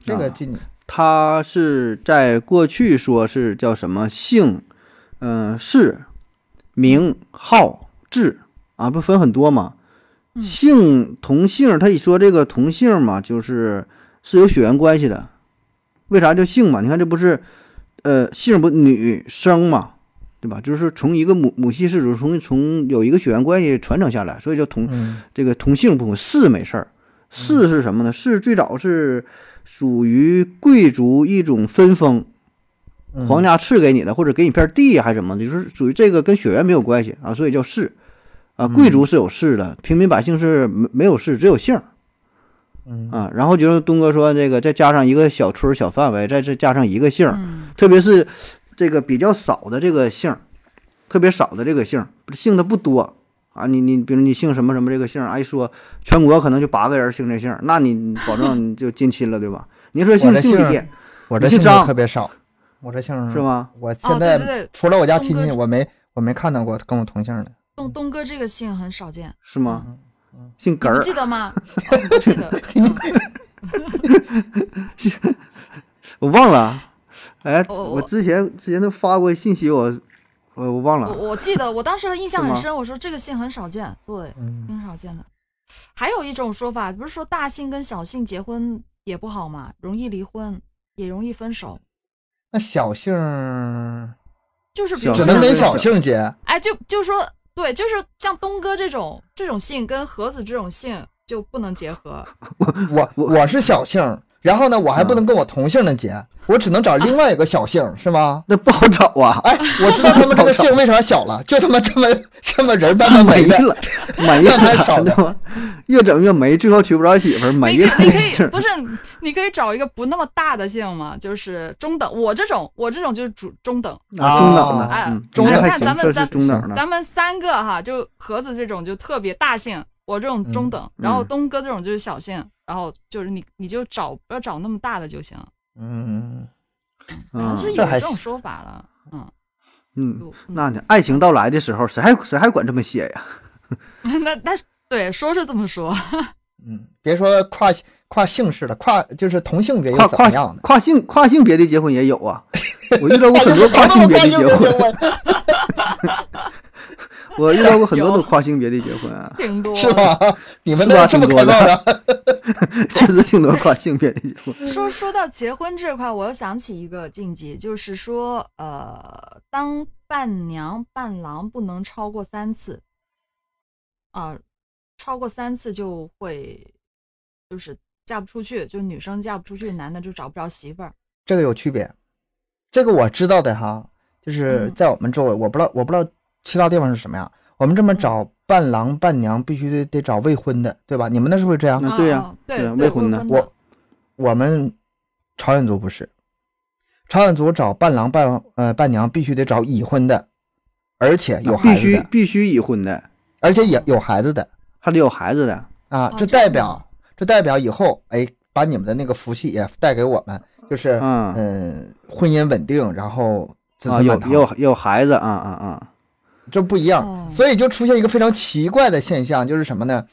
这个
啊
近
他是在过去说是叫什么姓，嗯、氏、名、号、志啊，不分很多嘛。
嗯
姓同姓，他一说这个同姓嘛，就是是有血缘关系的。为啥叫姓嘛？你看这不是，呃，姓不女生嘛，对吧？就是从一个母母系氏族，从从有一个血缘关系传承下来，所以叫同
嗯
这个同姓不同氏没事儿，氏是什么呢？氏最早是属于贵族一种分封，
嗯
皇家赐给你的，或者给你片地啊还是什么的，就是属于这个跟血缘没有关系啊，所以叫氏。
嗯
啊，贵族是有氏的，平民百姓是没没有氏，只有姓儿
嗯
啊。然后就是东哥说这个，再加上一个小村儿小范围，再再加上一个姓儿，
嗯
特别是这个比较少的这个姓儿，特别少的这个姓儿，姓的不多啊，你你比如你姓什么什么这个姓儿，啊一说全国可能就八个人姓这姓儿，那你保证你就近亲了，对吧？你说姓
我这
姓
姓儿嗯
李
我这
你姓
姓就
张
特别少，我这姓
是？吗？
我
哦
现在
对对对
除了我家亲
东
戚，
哥
我没我没看到过跟我同姓 的。
东东哥这个姓很少见，
是吗？
嗯
姓
你
根
不
儿，
记 得吗？哦你不记得？嗯
我忘了。哎，
我
我
我
之前之前都发过信息，我我我忘
我
了。
我记得，我当时印象很
是吗
深，我说这个姓很少见，对，
嗯，
挺少见的。还有一种说法，不是说大姓跟小姓结婚也不好嘛，容易离婚，也容易分手，
那小姓
就是比
小
如
只
姓
说
能
像
跟
分手
小姓结，
哎，就就说对，就是像东哥这种这种姓跟和子这种姓就不能 结合，
我我是小姓，然后呢，我还不能跟我同姓的结，我只能找另外一个小姓，是吗？
那不好找啊，
哎，我知道他们这个姓为啥小了，就他妈这么这么人慢慢
没
没的，
了，没
那还
了，
少
对
点
吧？越整越没，最后娶不着媳妇儿，没
你
了
可以你
这
可
姓
以
儿。
不是，你可以找一个不那么大的姓嘛，就是中等。我这种我这种就是主中等。
啊，中等的，
啊
嗯，你
中
这
等
还
看
行
咱，们
这是
咱
中等的。
咱们三个哈，就盒子这种就特别大姓，我这种中等，然后
嗯
东哥这种就是小姓，然后就是你你就找不要找那么大的就行。
嗯，
然后
嗯
就是有
这还
这种
行
说法了，嗯，
嗯，
就
那呢，爱情到来的时候，谁还谁还管这么些呀？
嗯 那那对说是这么说，
嗯，别说跨跨姓氏了，跨就是同性别又
跨
怎么
跨
样呢？
跨性跨性别的结婚也有啊，我遇到过很多跨性别的结婚， 我遇到过很多种跨性别的结婚啊，
挺多
是吗？你们
是吧
都这么
挺
开
多的
放的？
确实挺多跨性别的结婚。
说说到结婚这块，我又想起一个禁忌，就是说，呃，当伴娘伴郎不能超过三次，啊、超过三次就会就是嫁不出去，就女生嫁不出去，男的就找不着媳妇儿。
这个有区别。这个我知道的哈，就是
嗯
在我们周围，我不知道我不知道其他地方是什么样。我们这么找伴郎伴娘，必须得得找未婚的，对吧？你们那是不是这样？
嗯
啊
对呀
啊对
对呀
对
未婚的
我我们朝鲜族不是，朝鲜族找伴郎伴呃伴娘必须得找已婚的，而且有
必
孩子
须
的，
必须已婚的，
而且也有孩子的
还得有孩子的，
啊
哦。
这
这样
代表这代表以后哎，把你们的那个福气也带给我们，就是
嗯
嗯婚姻稳定，然后子
啊，
孙
有
满堂。
有有孩子啊啊啊，
这不一样，
哦
所以就出现一个非常奇怪的现象，就是什么呢？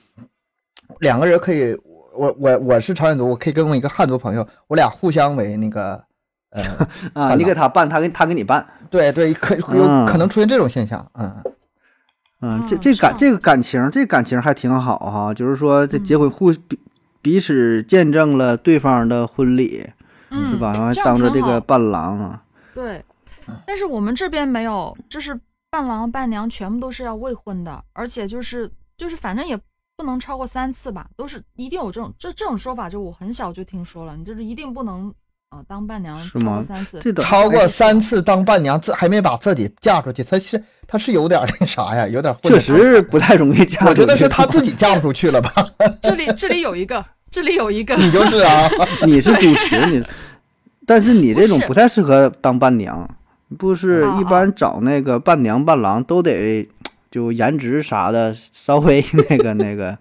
两个人可以，我我我是朝鲜族，我可以跟我一个汉族朋友，我俩互相为那个， 呃，
啊，你给他办，他给他给你办，
对对，可有可能出现这种现象，嗯，
嗯，这
嗯
这
是
感
啊
这个感情，这感情还挺好哈，就是说这结婚
嗯
互彼彼此见证了对方的婚礼，
嗯，
是吧？完
这样
当着
挺
这个
好
伴郎啊，
对，但是我们这边没有，就是伴郎伴娘全部都是要未婚的，而且就是就是反正也不能超过三次吧，都是一定有这种这这种说法，就我很小就听说了，你就是一定不能呃当伴娘
是
超过
吗
三次，
这等
超过三次当伴娘，自还没把自己嫁出去，他是他是有点那啥呀，有点混
确
得
实不太容易嫁出去。
我觉得是他自己嫁不出去了吧？
这里这里有一个，这里有一个，
你
嗯
就是 啊，
你是主持， 你，但是你这种
不是
不太适合当伴娘，不是
哦
一般找那个伴娘伴郎都 得就颜值啥的稍微 那个那个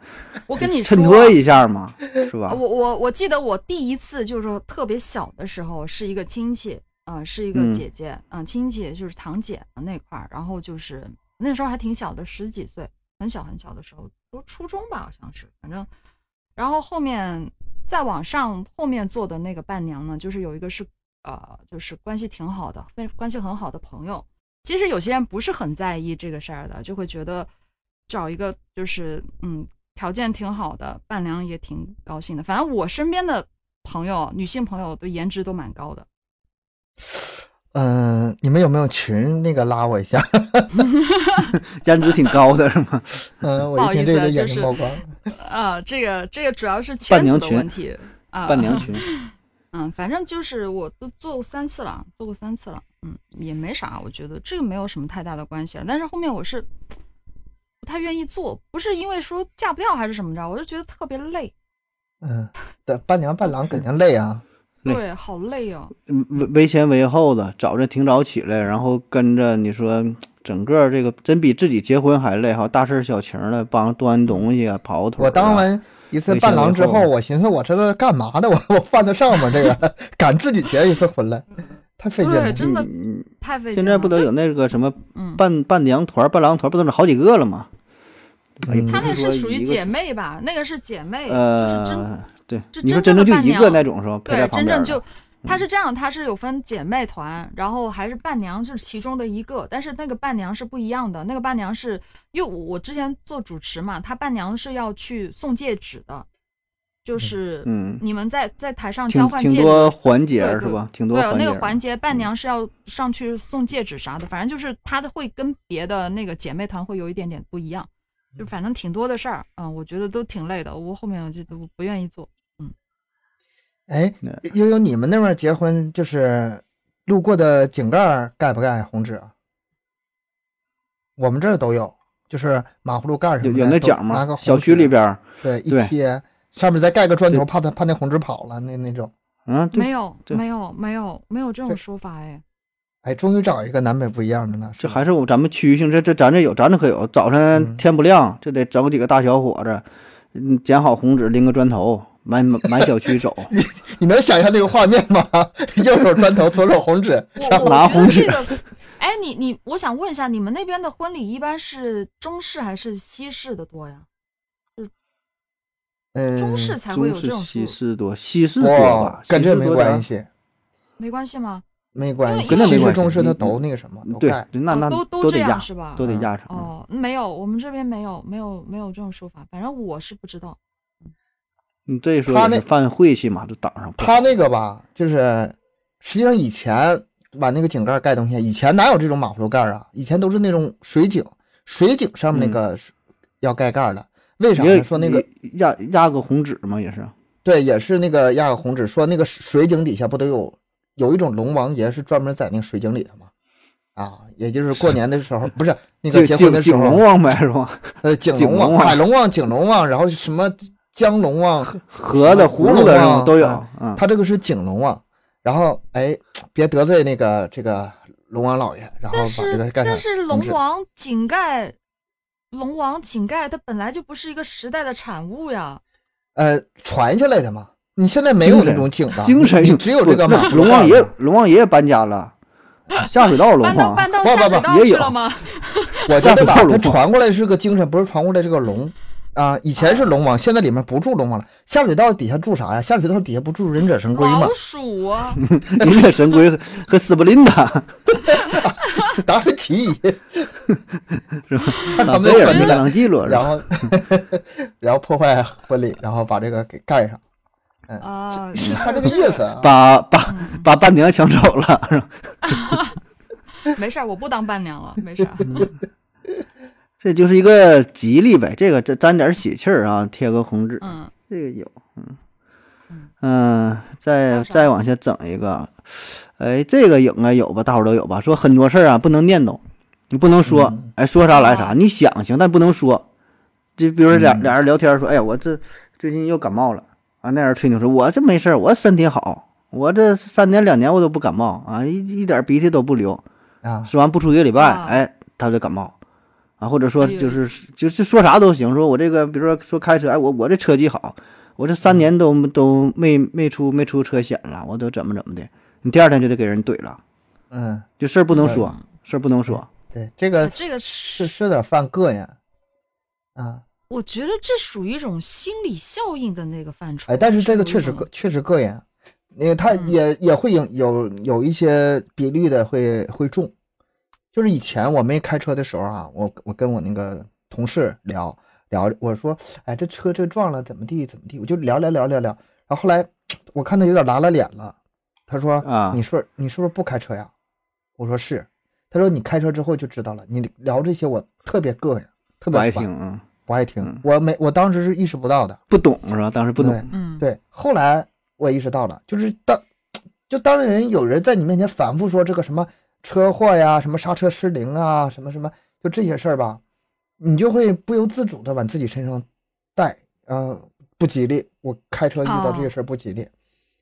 我跟你说啊哦
衬。托一下嘛，是吧
我？我我记得我第一次就是说特别小的时候，是一个亲戚，啊、是一
嗯
个姐姐，啊、亲戚就是堂姐那块儿，然后就是那时候还挺小的，十几岁，很小很小的时候，都初中吧，好像是，反正，然后后面再往上后面坐的那个伴娘呢，就是有一个是呃，就是关系挺好的，非关系很好的朋友，其实有些人不是很在意这个事儿的，就会觉得找一个就是嗯条件挺好的伴娘也挺高兴的。反正我身边的朋友，女性朋友的颜值都蛮高的。
嗯、你们有没有群那个拉我一下？
颜值挺高的是吗？
嗯、我
不
一
好意
听
思
这个
啊
就
就
眼睛
是
冒光。
啊，这个这个主要是
伴
圈
娘
子
群
的问题 啊。
伴娘群，
嗯，反正就是我都做过三次了，做过三次了，嗯，也没啥，我觉得这个没有什么太大的关系啊了。但是后面我是不太愿意做，不是因为说嫁不掉还是怎么着，我就觉得特别累，
嗯，对，伴娘伴郎肯定累 啊。
累
对，好累哦。
嗯围围前围后的，早晨挺早起来，然后跟着你说整个这个真比自己结婚还累哈，大事小情的帮端东西啊、跑腿、啊。
我当完一次伴郎之后，
回乡以后
我寻思我这是干嘛的？ 我我犯得上吗？这个敢自己结一次婚来，太费劲了
对，。真的
嗯，
太费劲
现
了。
在不得有那个什么
嗯，
伴伴娘团、伴郎团，不都是好几个了吗？对吧也
嗯
不
她那
说
是属于
一个
姐妹吧？那个是姐妹，就是真
呃，对，
这
你说
真
真正
正的
就
伴
一
娘
个那种是吧？陪在
对，
旁
真
边
正
的嗯
就她是这样，她是有分姐妹团，然后还是伴娘是其中的一个，但是那个伴娘是不一样的，那个伴娘是因为我我之前做主持嘛，她伴娘是要去送戒指的，就是
嗯
你们在在台上交
挺
换戒指，
挺多环节
对
是
对
吧？挺多
对，
环节儿。
有那个
嗯
环节，伴娘是要上去送戒指啥的，反正就是她的会跟别的那个姐妹团会有一点点不一样，就反正挺多的事儿，嗯，我觉得都挺累的，我后面我就都不愿意做。
哎
嗯，
悠悠，你们那边结婚就是路过的井盖儿盖不盖红纸啊？我们这儿都有，就是马葫芦盖儿
有
上
有
面
那
都
奖
拿
吗
个？
小
红
区
纸
里边儿，
对一
对
贴，上面再盖个砖头，
对
怕它怕那红纸跑了那那种。
嗯，对，
没有，
对
没有，没有，没有这种
对
说法哎。
哎，终于找一个南北不一样的了。
这
是吧
还是我咱们区域性，这这咱这有，咱这可有。早
嗯
上天不亮，这得整几个大小伙子，嗯，捡好红纸，拎个砖头，满满满小区走。
你能想象那个画面吗？ 右手砖头，左手红纸，
我我
拿
觉得
红
这
纸
个， 哎，你你，我想问一下，你们那边的婚礼一般是中式还是西式的多呀？
嗯，
中式 才
中
会有这
式、
种
西
数，
式多，西式多
哇
吧，，
跟
西
这
式
没
多点儿
关。系，
没关系吗？
没关系，
跟那没
西式
关系
中式它
你嗯
都那个什么，都
对
盖，。
那
哦
那
都
都得
这
压
样，是吧？
都得
嗯
压成。嗯
哦，没有，我们这边没有，没有，没有这种说法。反正我是不知道。
你这一说
他
也
那
是犯晦气嘛，就挡上不好。
他那个吧，就是实际上以前把那个井盖盖东西，以前哪有这种马葫芦盖啊？以前都是那种水井，水井上面那个是要盖盖的。为啥
嗯也
呢？说那个
也压压个红纸嘛，也是。
对，也是那个压个红纸，说那个水井底下不都有有一种龙王爷是专门在那个水井里头吗？啊，也就是过年的时候， 不是那个
井
结婚
井
的时
井龙
候，
王呗，是吧？
呃，井
井
龙王、
龙王
海龙王、井龙王，然后什么江龙王，
盒子、
葫
葫
芦
芦的
啊
什么都有
啊。
嗯，
他这个是井龙王，然后哎，别得罪那个这个龙王老爷，然后
但
把这个
是
盖上
但是
红
龙
纸
王井盖，龙王井盖它本来就不是一个时代的产物呀。
呃传下来的嘛，你现在没有
精神
这种井了，
精神
你
性
只有这个
不
马
那龙王
爷
爷，龙王爷搬家了，下水道龙
搬到
王。
搬到
不不
下水
不
道
也
去
有
了吗？
我觉得吧，
下水道
它
龙王
传过来是个精神，不是传过来这个龙啊。以前是龙王，现在里面不住龙王了。下水道底下住啥呀？下水道底下不住忍者神龟吗
老？鼠啊，
忍者神龟和和斯布琳 达，
达芬奇，
啊
们
贝尔、
分
米
了
开朗基罗，
然后 然后破坏婚礼，然后把这个给盖上，
啊，嗯
是他这个意 思啊。
把把把伴娘抢走了，是吧
没事儿，我不当伴娘了，没事儿。
这就是一个吉利呗。这个沾沾点喜气儿啊，贴个红纸，
嗯，
这个有，嗯嗯，再再往下整一个，哎，这个应该有吧，大伙儿都有吧？说很多事儿啊，不能念叨，你不能说，哎，说啥来啥，你想行，但不能说。就比如说俩俩人聊天说，哎呀，我这最近又感冒了啊，那人吹牛说，我这没事儿，我身体好，我这三年两年我都不感冒啊，一一点鼻涕都不流，
啊，
说完不出一个礼拜，
啊
哎，他就感冒，啊，或者说
哎呦
就是就是说啥都行，说我这个比如说说开车，哎，我我这车技好，我这三年都都没没出没出车险了，我都怎么怎么的，你第二天就得给人怼了，
嗯，
这事儿不能
对
说，事儿不能说，
对，这个
哎这个
是
是，
呃是有点犯膈应啊，
我觉得这属于一种心理效应的那个范畴。
哎，但是这个
属
确
于一
实
种
膈，确实膈应，因为他
嗯
也也会影有有一些比例的会会中，就是以前我没开车的时候啊，我我跟我那个同事聊聊，我说，哎，这车这撞了怎么地怎么地，我就聊聊聊聊聊，然后后来我看他有点拉了脸了，他说，
啊
嗯你说你是不是不开车呀？我说是，他说你开车之后就知道了，你聊这些我特别膈应，特
不
别
爱
烦
听，嗯，
不爱听
嗯，
我没我当时是意识不到的。
不懂是吧？当时不懂
对，
嗯，
对，后来我意识到了，就是当就当人有人在你面前反复说这个什么车祸呀、什么刹车失灵啊、什么什么，就这些事儿吧，你就会不由自主的往自己身上带，嗯、不吉利。我开车遇到这些事儿不吉利。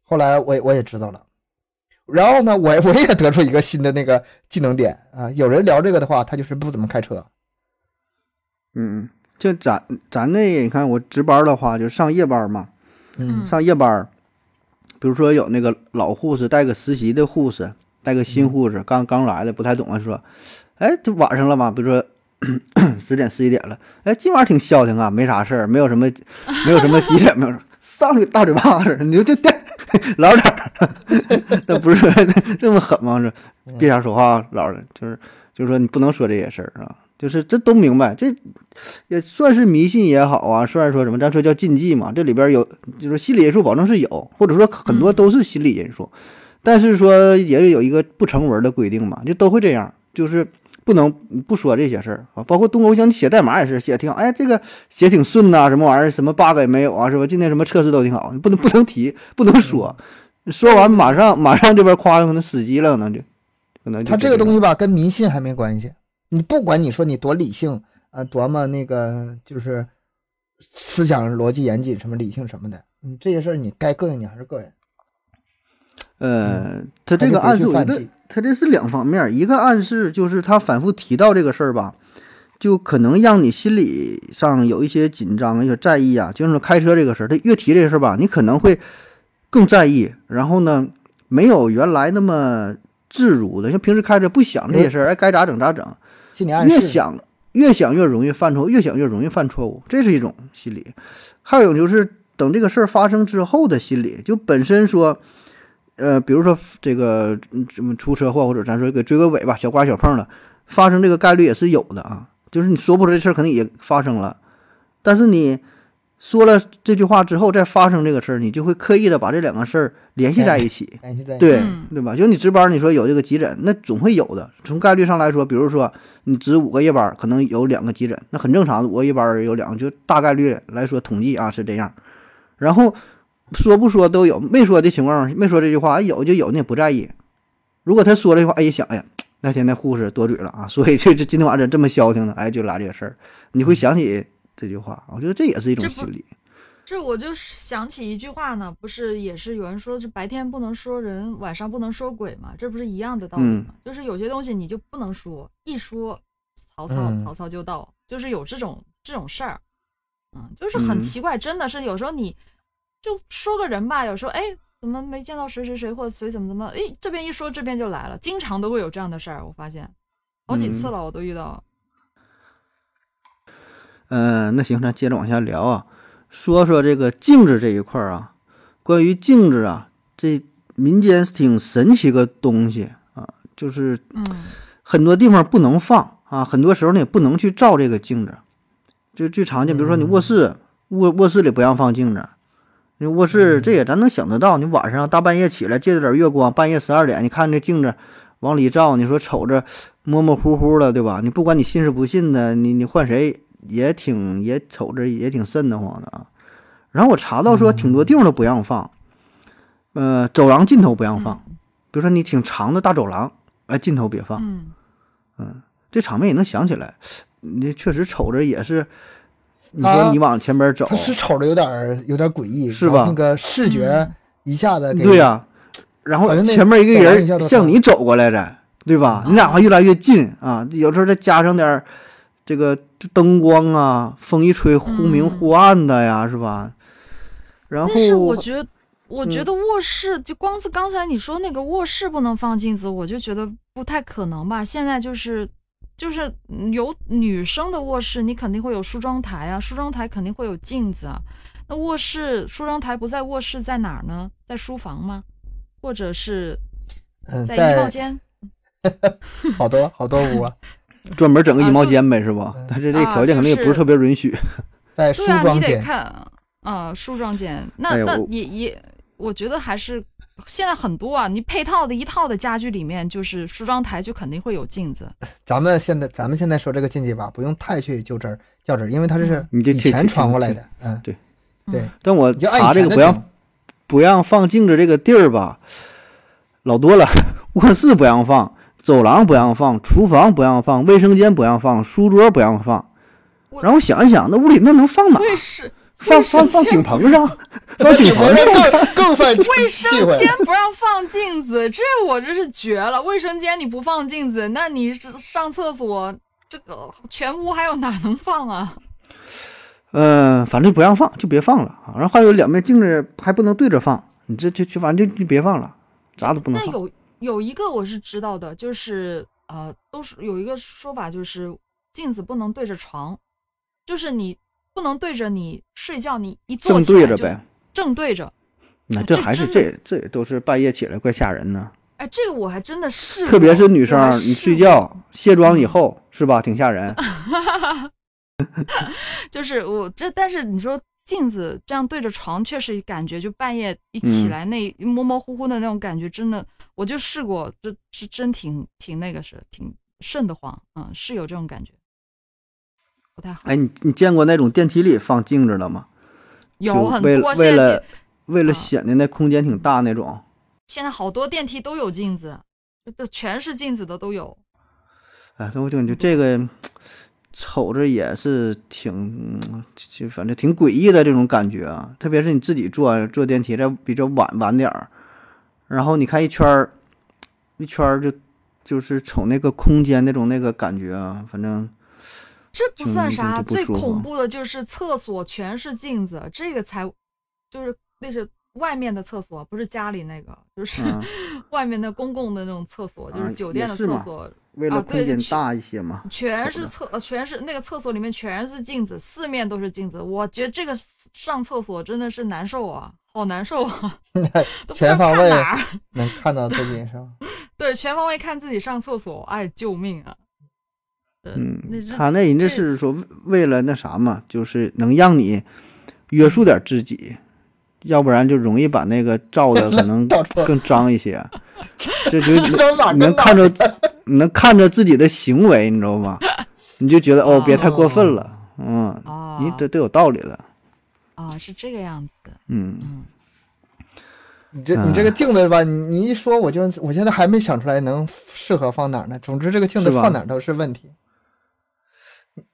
后来我也我也知道了，然后呢，我我也 得出一个新的那个技能点啊。有人聊这个的话，他就是不怎么开车。
嗯，就咱咱这你看，我值班的话，就上夜班嘛，
嗯
上夜班儿，比如说有那个老护士带个实习的护士，带个新护士，刚刚来的不太懂啊，说，哎，这晚上了吧？比如说 十点十一点了，哎，今晚挺消停啊，没啥事儿，没有什么，没有什么急诊，没有什么上去大嘴巴子，你就这这 老点儿，那不是这么狠吗？是别瞎说话，老人就是就是说你不能说这些事儿啊。就是这都明白，这也算是迷信也好啊，算是说什么，咱说叫禁忌嘛。这里边有就是心理因素，保证是有，或者说很多都是心理因素，但是说也有一个不成文的规定嘛，就都会这样，就是不能不说这些事儿啊。包括东欧像你写代码也是写挺好，哎，这个写挺顺呐、什么玩意儿，什么 bug 也没有啊，是吧？今天什么测试都挺好，你不能不能提，不能说，说完马上马上这边夸可能死机了，可能就可能就
他这个东
西
西吧，跟迷信还没关系。你不管你说你多理性啊，多么那个就是思想逻辑严谨什么理性什么的，你这些事儿你该膈应你还是膈应。
呃，他这个
嗯他
暗
就
示
不
我
会
觉
去
得
犯忌
他这是两方面儿，一个暗示就是他反复提到这个事儿吧，就可能让你心理上有一些紧张、有些在意啊。就是说开车这个事儿，他越提这个事儿吧，你可能会更在意，然后呢，没有原来那么自如的，像平时开车不想这些事儿，哎，该咋整咋整，
心理暗
越
示。
想越想越容易犯错，误，越想越容易犯错误，这是一种心理。还有就是等这个事儿发生之后的心理，就本身说，呃，比如说这个嗯什么出车祸，或者咱说给追个尾吧，小刮小碰了，发生这个概率也是有的啊。就是你说不出来这事儿，肯定也发生了，但是你说了这句话之后再发生这个事儿，你就会刻意的把这两个事儿联系在一起。
哎现在
对
嗯
对吧？就你值班，你说有这个急诊，那总会有的。从概率上来说，比如说你值五个夜班，可能有两个急诊，那很正常。五个夜班有两个，就大概率来说统计啊是这样。然后说不说都有，没说的情况，没说这句话，哎有就有，你也不在意。如果他说了一句话，哎一想，哎呀，那天那护士多嘴了啊，所以这这今天晚上这么消停呢，哎就来这个事儿，你会想起这句话。我觉得这也是一种
这不
心理。
这我就是想起一句话呢，不是也是有人说，这白天不能说人，晚上不能说鬼嘛，这不是一样的道理
嗯
嘛？就是有些东西你就不能说，一说曹操
嗯
曹操就到，就是有这种这种事儿，嗯，就是很
嗯
奇怪，真的是有时候你就说个人吧，有时候哎怎么没见到谁谁谁或者谁怎么怎么，哎这边一说这边就来了，经常都会有这样的事儿，我发现好几次
嗯
了，我都遇到，
嗯，那行，咱接着往下聊啊，说说这个镜子这一块儿啊。关于镜子啊，这民间挺神奇个东西啊，就是
嗯
很多地方不能放啊，很多时候呢也不能去照这个镜子。就最常见，比如说你卧室，卧卧室里不让放镜子。你卧室这也咱能想得到，你晚上大半夜起来借着点月光，半夜十二点，你看这镜子往里照，你说瞅着模模糊糊的，对吧？你不管你信是不信的，你你换谁也挺也瞅着也挺瘆得慌的啊。然后我查到说，挺多地方都不让放，呃，走廊尽头不
嗯
让放，比如说你挺长的大走廊，哎，尽头别放。
嗯，
这场面也能想起来，你确实瞅着也是，你
啊
说你往前边走，
他是瞅着有点儿有点儿诡异，
哦是
然后
吧
那个视觉
嗯
一下子给
对呀、然后
好像那
前面一个
走廊一下
人
都
向你走过来的，对
啊
吧？你俩还越来越近啊，有时候再加上点儿这个灯光啊，风一吹忽明忽暗的呀，是吧？然后
嗯但是我觉得，我觉
嗯
得卧室、就光是刚才你说那个卧室不能放镜子，我就觉得不太可能吧。现在就是就是嗯有女生的卧室，你肯定会有梳妆台啊，梳妆台肯定会有镜子啊。那卧室梳妆台不在卧室，在哪儿呢？在书房吗？或者是
嗯，
在衣帽
在
间？
好多好多 屋啊，
专门整个
啊
衣帽
就
间呗，是吧？但是这个条件
啊
可能也不
就是
特别允许。
在梳
对啊，
妆
你得
间，
看啊、梳妆间。那、
哎呦
那
我
也也，我觉得还是现在很多啊，你配套的一套的家具里面，就是梳妆台就肯定会有镜子。
咱们现在咱们现在说这个禁忌吧，不用太去较真儿较真儿，因为它这是
嗯你就
以
切
前
切
传过
切
来的，嗯，
对
对，
但我
你就按以
查这
前
个
的
不让
听
不让放镜子这个地儿吧，老多了。 卧室不让放，走廊不让放，厨房不让放，卫生间不让放，书桌不让放。
我
然后想一想，那屋里那能放哪？
卫室
放放放顶棚上，放顶棚上，
更更犯
卫
忌
生
讳
间不让放镜子，这我真是绝了！卫生间你不放镜子，那你是上厕所这个全屋还有哪能放啊？
嗯、反正不让放就别放了啊。然后还有两面镜子还不能对着放，你这就就反正就就别放了，啥都不能
那
放。
有有一个我是知道的，就是呃，都是有一个说法，就是呃镜子不能对着床，就是你不能对着你睡觉，你一坐
正
起
对
来
着
就
呗，
正对着。
那
啊
这
这
还是
真
这这也都是半夜起来怪吓人呢。
哎，这个我还真的试过，
特别是女
我
生
还
儿，
试
你睡
过
觉卸妆以后是吧，挺吓人。
就是我这，但是你说镜子这样对着床，确实感觉就半夜一起
嗯
来那模模糊糊的那种感觉，真的，我就试过，这是真挺挺那个是挺瘆得慌，嗯，是有这种感觉，不太好。
哎，你你见过那种电梯里放镜子的吗？
有
就
很
为
多
为
现在
了
电
为了
啊
显得那空间挺大那种。
现在好多电梯都有镜子，就就全是镜子的都有。
哎，但我就感觉这
嗯
个瞅着也是挺，就就反正挺诡异的这种感觉啊。特别是你自己坐坐电梯，再比较晚晚点儿，然后你看一圈儿，一圈儿就就是瞅那个空间那种那个感觉啊，反正
这
就
不算
就
啥，
就不
最
舒服
恐怖的就是厕所全是镜子，这个才就是那是外面的厕所，不是家里那个，就是、
嗯
外面的公共的那种厕所，就
啊
是酒店
也
的
是
厕
嘛
所，
为了
啊
空
对
间
去
大一些嘛，
全
瞅
是
着
厕，呃全是那个厕所里面全是镜子，四面都是镜子。我觉得这个上厕所真的是难受啊，好难 受啊，都不知道
全方
看
位
哪儿。
能看到最近是吧？
对，全方位看自己上厕所，哎，救命啊！呃那
嗯，
是
他那人家
这
是说为为了那啥嘛，就是能让你约束点儿自己，要不然就容易把那个照的可 能
到处
更脏一 些。这就
这都哪
你能
跟哪
看着，你能看着自己的行为，你知道吗？你就觉得哦，别太过分了，嗯，
啊
你这都有道理了，
啊是这个样子，
嗯，
嗯，
你这你这个镜子吧，你你一说我就我现在还没想出来能适合放哪儿呢。总之这个镜子
是吧
放哪儿都是问题。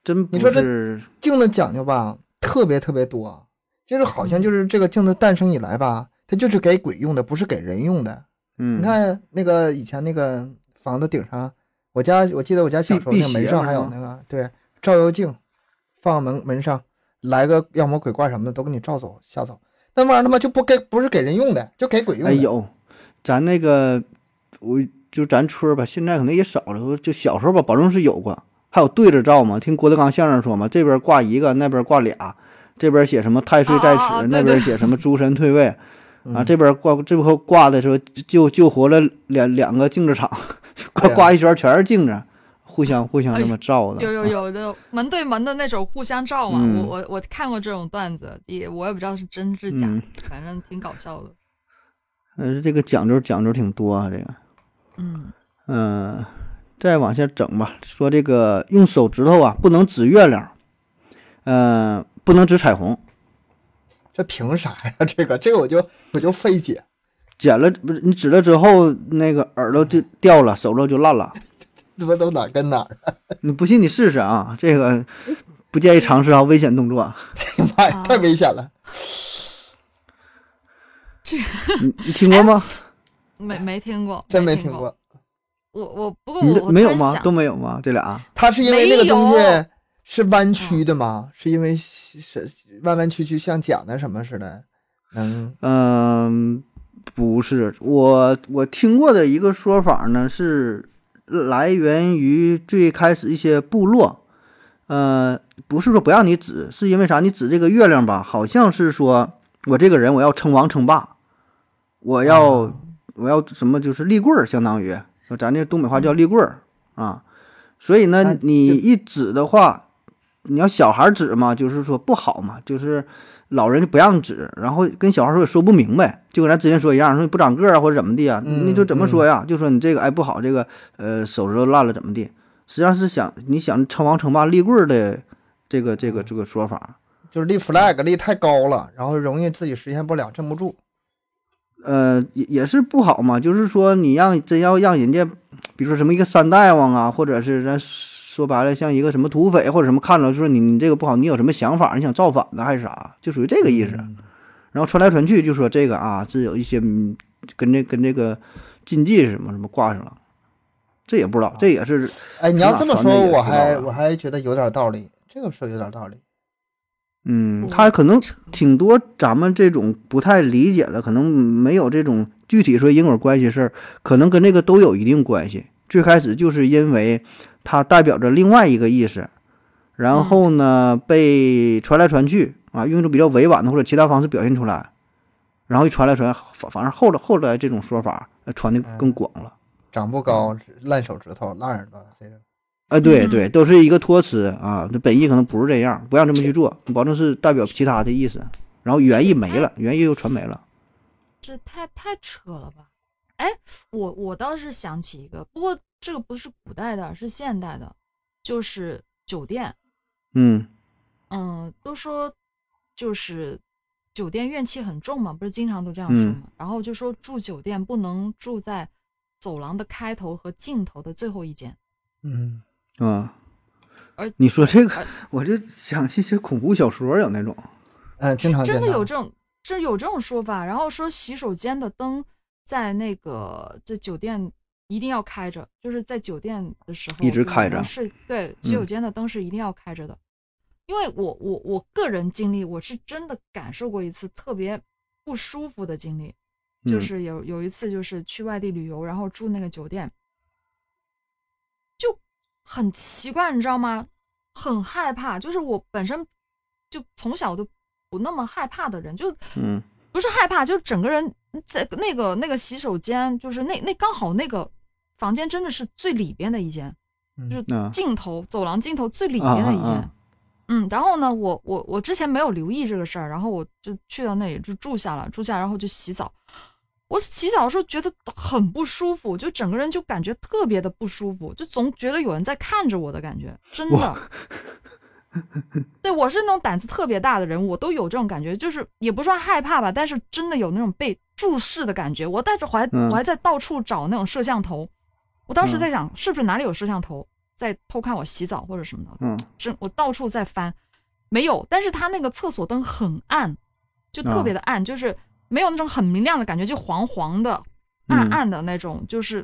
真不
你说这
是，
镜子讲究吧，特别特别多，就是好
嗯
像就是这个镜子诞生以来吧，它就是给鬼用的，不是给人用的。
嗯，
你看那个以前那个房子顶上，我家我记得我家小时候
辟
那
辟
个门
邪
上
是
还有
吗
那个对照妖镜，放门门上来个妖魔鬼怪什么的都给你照走吓走，那玩意儿他妈就不给不是给人用的，就给鬼用
哎
的。
有，咱那个我就咱村儿吧，现在可能也少了，就小时候吧，保证是有过。还有对着照嘛，听郭德纲相声说嘛，这边挂一个，那边挂俩，这边写什么太岁在
啊
此，
啊啊对
那边写什么诸神退位啊，
嗯
这边挂这边挂的时候就救活了两两个镜子厂， 挂
对啊
挂一圈全是镜子，互相互相这么照的。
哎有有有的门对门的那种互相照嘛，
啊嗯
我我我看过这种段子，也我也不知道是真是假，
嗯
反正挺搞笑的，
但呃是这个讲究讲究挺多啊，这个。
嗯
嗯，再往下整吧，说这个用手指头啊，不能指月亮，嗯、不能指彩虹。
这凭啥呀？这个这个我就我就费解，
剪了不是你指了之后，那个耳朵就掉了，手指就烂了。
他妈都哪儿跟哪儿？
你不信你试试啊，这个不建议尝试啊，危险动作。
妈呀，太危险了！
你你听过吗？
没没听过，
真没
没
听
过，
过。
我我哎不过
你
我
这
我
没有
突然
吗？
想
都没有吗？这俩啊
它是因为那个东西
没有
是弯曲的吗？是因为是是弯弯曲曲像假的什么似的？嗯，
嗯，不是，我我听过的一个说法呢，是来源于最开始一些部落，呃，不是说不让你指，是因为啥？你指这个月亮吧，好像是说我这个人我要称王称霸，我要、
啊
我要什么就是立棍儿，相当于咱这东北话叫立棍儿啊。所以
那
呢
就，
你一指的话，你要小孩儿指嘛，就是说不好嘛，就是老人就不让指，然后跟小孩说也说不明白，就跟咱之前说一样，说你不长个儿啊或者怎么地啊，
嗯
你就怎么说呀？就说你这个哎不好，这个呃手指头烂了怎么地？实际上是想你想称王称霸立棍儿的这个这个这个说法，
就是立 flag 立太高了，然后容易自己实现不了，镇不住。
呃也也是不好嘛，就是说你让真要让人家，比如说什么一个三大王啊，或者是咱说白了像一个什么土匪或者什么看着就说你你这个不好，你有什么想法？你想造反呢还是啥？就属于这个意思。啊
嗯
然后传来传去就说这个啊，这有一些嗯跟这跟这个禁忌什么什么挂上了，这也不知道，这也是
哎，你要这么
从哪传的也
说，我
不知道
还
啊
我还觉得有点道理，这个说有点道理。
嗯，
我
他可能挺多咱们这种不太理解的，可能没有这种具体说因果关系事儿，可能跟这个都有一定关系。最开始就是因为它代表着另外一个意识，然后呢被传来传去啊，用一种比较委婉的或者其他方式表现出来，然后一传来传，反反正后来后来这种说法呃传的更广了。
长不
嗯
高，烂手指头，烂耳朵，这个
啊，对
嗯
对，都是一个托词啊，这本意可能不是这样，不让这么去做，保证是代表其他的意思。然后原意没了，原意又传没了。
这太太扯了吧？哎，我我倒是想起一个，不过这个不是古代的，是现代的，就是酒店。
嗯
嗯，都说就是酒店怨气很重嘛，不是经常都这样说
嗯
嘛。然后就说住酒店不能住在走廊的开头和尽头的最后一间。
嗯，
啊
而，
你说这个
而，
我就想起一些恐怖小说有那种，
嗯，经常
真的
见到
有这种，这有这种说法。然后说洗手间的灯在那个这酒店一定要开着，就是在酒店的时候
一直
就是
开
我们
着嗯
睡对，洗手间的灯是一定要开着的。因为我我我个人经历，我是真的感受过一次特别不舒服的经历，就
嗯
是有有一次就是去外地旅游，然后住那个酒店，就很奇怪，你知道吗？很害怕，就是我本身就从小就不那么害怕的人，就
嗯
不是害怕，就是整个人嗯在那个那个洗手间，就是那那刚好那个房间真的是最里边的一间，
嗯
就是
啊
尽头、走廊尽头最里
啊
边的
啊
一间。
啊
嗯，然后呢，我我我之前没有留意这个事儿，然后我就去到那里就住下了，住下然后就洗澡。我洗澡的时候觉得很不舒服，就整个人就感觉特别的不舒服，就总觉得有人在看着我的感觉，真的。对，我是那种胆子特别大的人，我都有这种感觉，就是也不算害怕吧，但是真的有那种被注视的感觉。我带着怀，
嗯
我还在到处找那种摄像头，我当时
嗯
在想，是不是哪里有摄像头在偷看我洗澡或者什么的。
嗯
真我到处在翻，没有，但是他那个厕所灯很暗，就特
啊
别的暗，就是没有那种很明亮的感觉，就黄黄的、暗
嗯
暗的那种，就是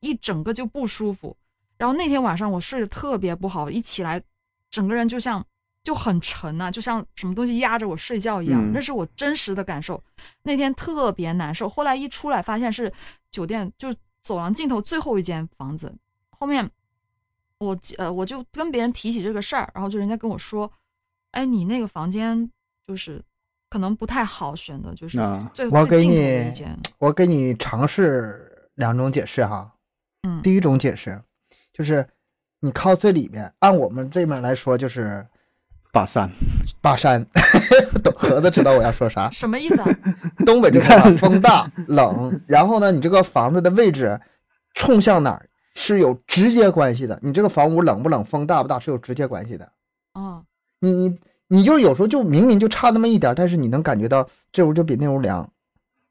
一整个就不舒服。然后那天晚上我睡得特别不好，一起来整个人就像就很沉呐、就像什么东西压着我睡觉一样，
嗯
那是我真实的感受。那天特别难受，后来一出来发现是酒店，就是走廊尽头最后一间房子，后面我记呃我就跟别人提起这个事儿，然后就人家跟我说，哎，你那个房间就是可能不太好选的，就是
啊
最
我给
最尽头的
你
一间，，
我给你尝试两种解释哈。
嗯
第一种解释就是你靠最里边，按我们这面来说就是
八三，
巴山， 懂盒子知道我要说啥。
什么意思啊？
东北这块儿风大冷，然后呢，你这个房子的位置冲向哪儿是有直接关系的。你这个房屋冷不冷、风大不大是有直接关系的。
嗯
你你你就是有时候就明明就差那么一点儿，但是你能感觉到这屋就比那屋凉。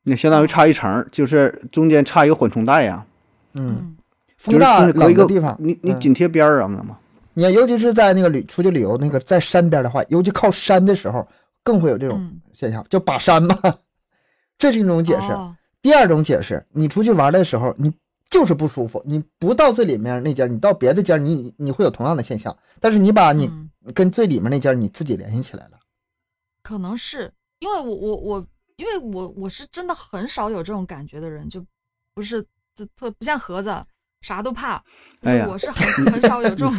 那相当于差一层儿，就是中间差一个缓冲带呀，
嗯，
嗯
就
风
是
大
就是隔一
冷
个
的地方，
你你
嗯
紧贴边儿啊嘛，
你看，尤其是在那个旅出去旅游，那个在山边的话，尤其靠山的时候，更会有这种
嗯，
现象，叫把山嘛。 这是一种解释。
哦
第二种解释，你出去玩的时候，你就是不舒服，你不到最里面那家，你到别的家，你你会有同样的现象，但是你把你
嗯
跟最里面那家你自己联系起来了。
可能是因为我我我，因为我我是真的很少有这种感觉的人，就不是就特不像盒子，啥都怕。就是
哎呀
我是很很少有这 种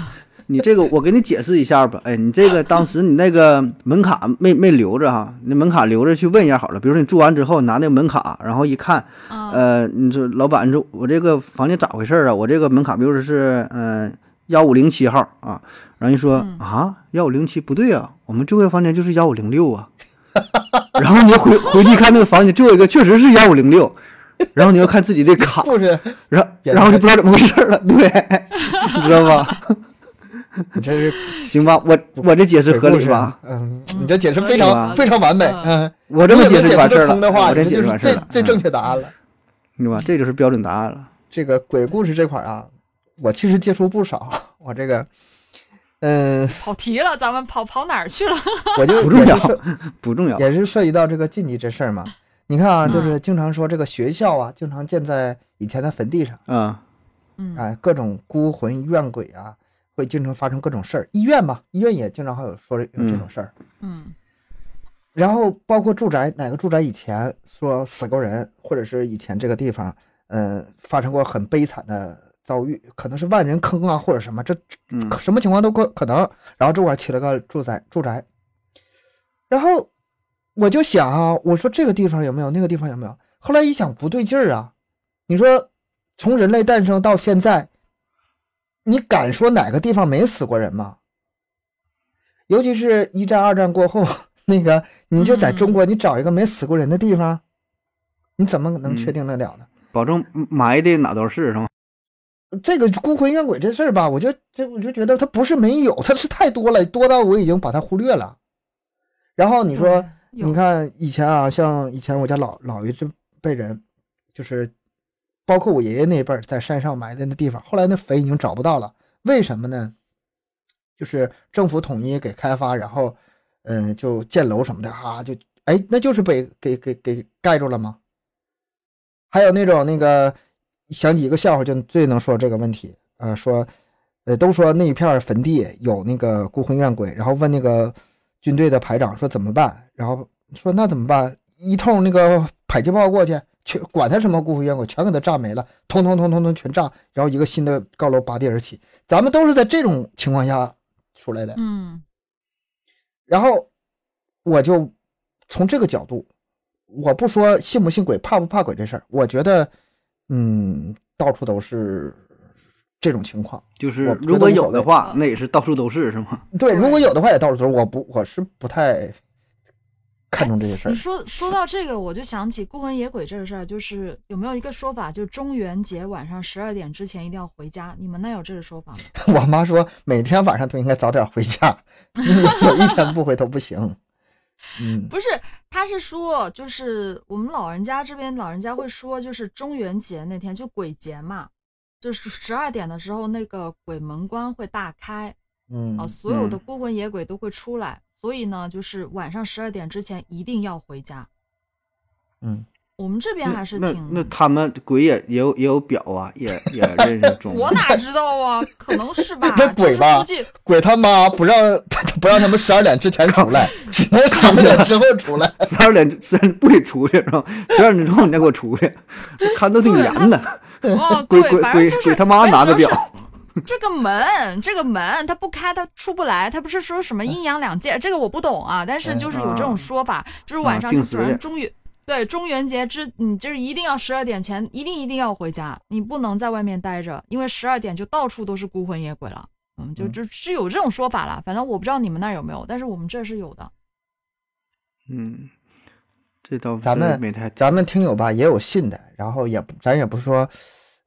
你这个我给你解释一下吧，哎，你这个当时你那个门卡没没留着哈，那门卡留着去问一下好了。比如说你住完之后拿那个门卡，然后一看，
啊、
呃，你说老板，你说我这个房间咋回事儿啊？我这个门卡，比如说是嗯幺五零七号啊，然后一说、
嗯
啊幺五零七不对啊，我们最后一个房间就是幺五零六啊。 然后你回回去看那个房间，最后一个确实是幺五零六，然后你要看自己的卡，
不是，
然后
别的
然后就不知道怎么回事儿了，对， 你知道吧？
你这是
行吧，我我这解释合理吧？？
嗯，
嗯
你这解释非
合理
常
吧
非常完美。
嗯
嗯，
我这么
你
解
解
释就完事
得
儿了
通，的话，
我这
你
解
就
释
是
完事儿
最
了，
最正
嗯
确答案了。
对吧？这就是标准答案了。
这个鬼故事这块儿啊，我其实接触不少。我这个嗯，
跑题了，咱们跑跑哪儿去了？
我就
不重
也
要
是涉，
不重要。
也是涉及到这个禁忌这事儿嘛。你看啊，
啊嗯
就是经常说这个学校啊，经常建在以前的坟地上，
嗯
嗯，
哎，各种孤魂怨鬼啊，会经常发生各种事儿。医院嘛，医院也经常还有说有这种事儿。
嗯
然后包括住宅，哪个住宅以前说死过人，或者是以前这个地方，呃，发生过很悲惨的遭遇，可能是万人坑啊，或者什么，这
嗯
可什么情况都可可能。然后这块儿起了个住宅住宅，然后我就想啊，我说这个地方有没有，那个地方有没有？后来一想不对劲儿啊，你说从人类诞生到现在，你敢说哪个地方没死过人吗？尤其是一战、二战过后，那个你就在中国，你找一个没死过人的地方，你怎么能确定得了呢？
保证埋的哪都是是吗？
这个孤魂怨鬼这事儿吧，我就这我就觉得它不是没有，它是太多了，多到我已经把它忽略了。然后你说
对，有
你看以前啊，像以前我家老老一这辈人，就是包括我爷爷那一辈儿，在山上埋的那地方，后来那坟已经找不到了，为什么呢？就是政府统一给开发，然后嗯就建楼什么的啊，就哎那就是被给给给盖住了吗？还有那种那个想起一个笑话，就最能说这个问题啊、呃说，呃，都说那一片儿坟地有那个孤魂怨鬼，然后问那个军队的排长说怎么办，然后说那怎么办？一通那个迫击炮过去，全管他什么孤魂怨鬼，全给他炸没了，通通通通通全炸，然后一个新的高楼拔地而起。咱们都是在这种情况下出来的，
嗯
然后我就从这个角度，我不说信不信鬼、怕不怕鬼这事儿，我觉得，嗯，到处都是这种情况。
就是
我觉得
如果
无所
有的
谓
啊
话，那也是到处都是是吗？
对，
对哎
如果有的话也到处都是，我不，我是不太看重这些事儿
你。说说到这个，我就想起孤魂野鬼这个事儿，就是有没有一个说法，就是中元节晚上十二点之前一定要回家？你们那有这个说法吗？
我妈说每天晚上都应该早点回家， 有一天不回头不行。嗯，
不是，他是说，就是我们老人家这边老人家会说，就是中元节那天就鬼节嘛，就是十二点的时候，那个鬼门关会大开，
嗯
啊，所有的
嗯
孤魂野鬼都会出来，所以呢，就是晚上十二点之前一定要回家。
嗯，，
我们这边还是
那
挺……
那他们鬼也也有也有表啊，也也认识中
我哪知道啊？可能是吧
那鬼
就是
吧
估计
鬼他妈不让 不让他们十二点之前出来，只能十二点之后出来。
十二点十二点不许出去是吧？十二点之后你再给我出去， 看都挺严的。
哦，
鬼
对，
鬼
反正
鬼
就是
鬼他妈
反正
拿个
就是
表，
这个门，这个门它不开，它出不来。它不是说什
嗯
么阴阳两界，这个我不懂啊。但是就是有这种说法，就是晚上
啊定
就
时
主
的
要中元，对中元节之，你就是一定要十二点前，一定一定要回家，你不能在外面待着，因为十二点就到处都是孤魂野鬼了。嗯，就
嗯
就就是有这种说法了。反正我不知道你们那儿有没有，但是我们这是有的。
嗯，这倒
咱
是
们
没太
咱们听友吧也有信的，然后也不咱也不是说，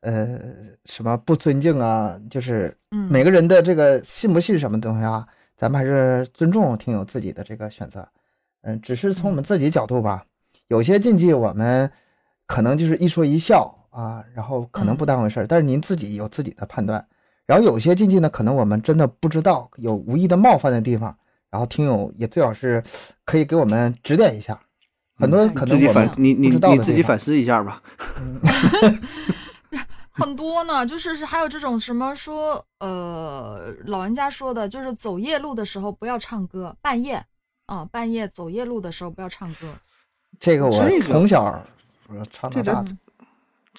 呃，什么不尊敬啊，就是
嗯，
每个人的这个信不信什么东西啊，咱们还是尊重听友自己的这个选择。嗯，只是从我们自己角度吧，有些禁忌我们可能就是一说一笑啊，然后可能不当回事儿，但是您自己有自己的判断。然后有些禁忌呢，可能我们真的不知道，有无意的冒犯的地方，然后听友也最好是可以给我们指点一下。很多
嗯
可能
自己
我们
反你你
不知道的
你自
地
己
方
反思一下吧。
很多呢，就是是还有这种什么说，呃，老人家说的，就是走夜路的时候不要唱歌，半夜啊、半夜走夜路的时候不要唱歌。
这个
这
我
个
从小儿呃唱到
这
大的，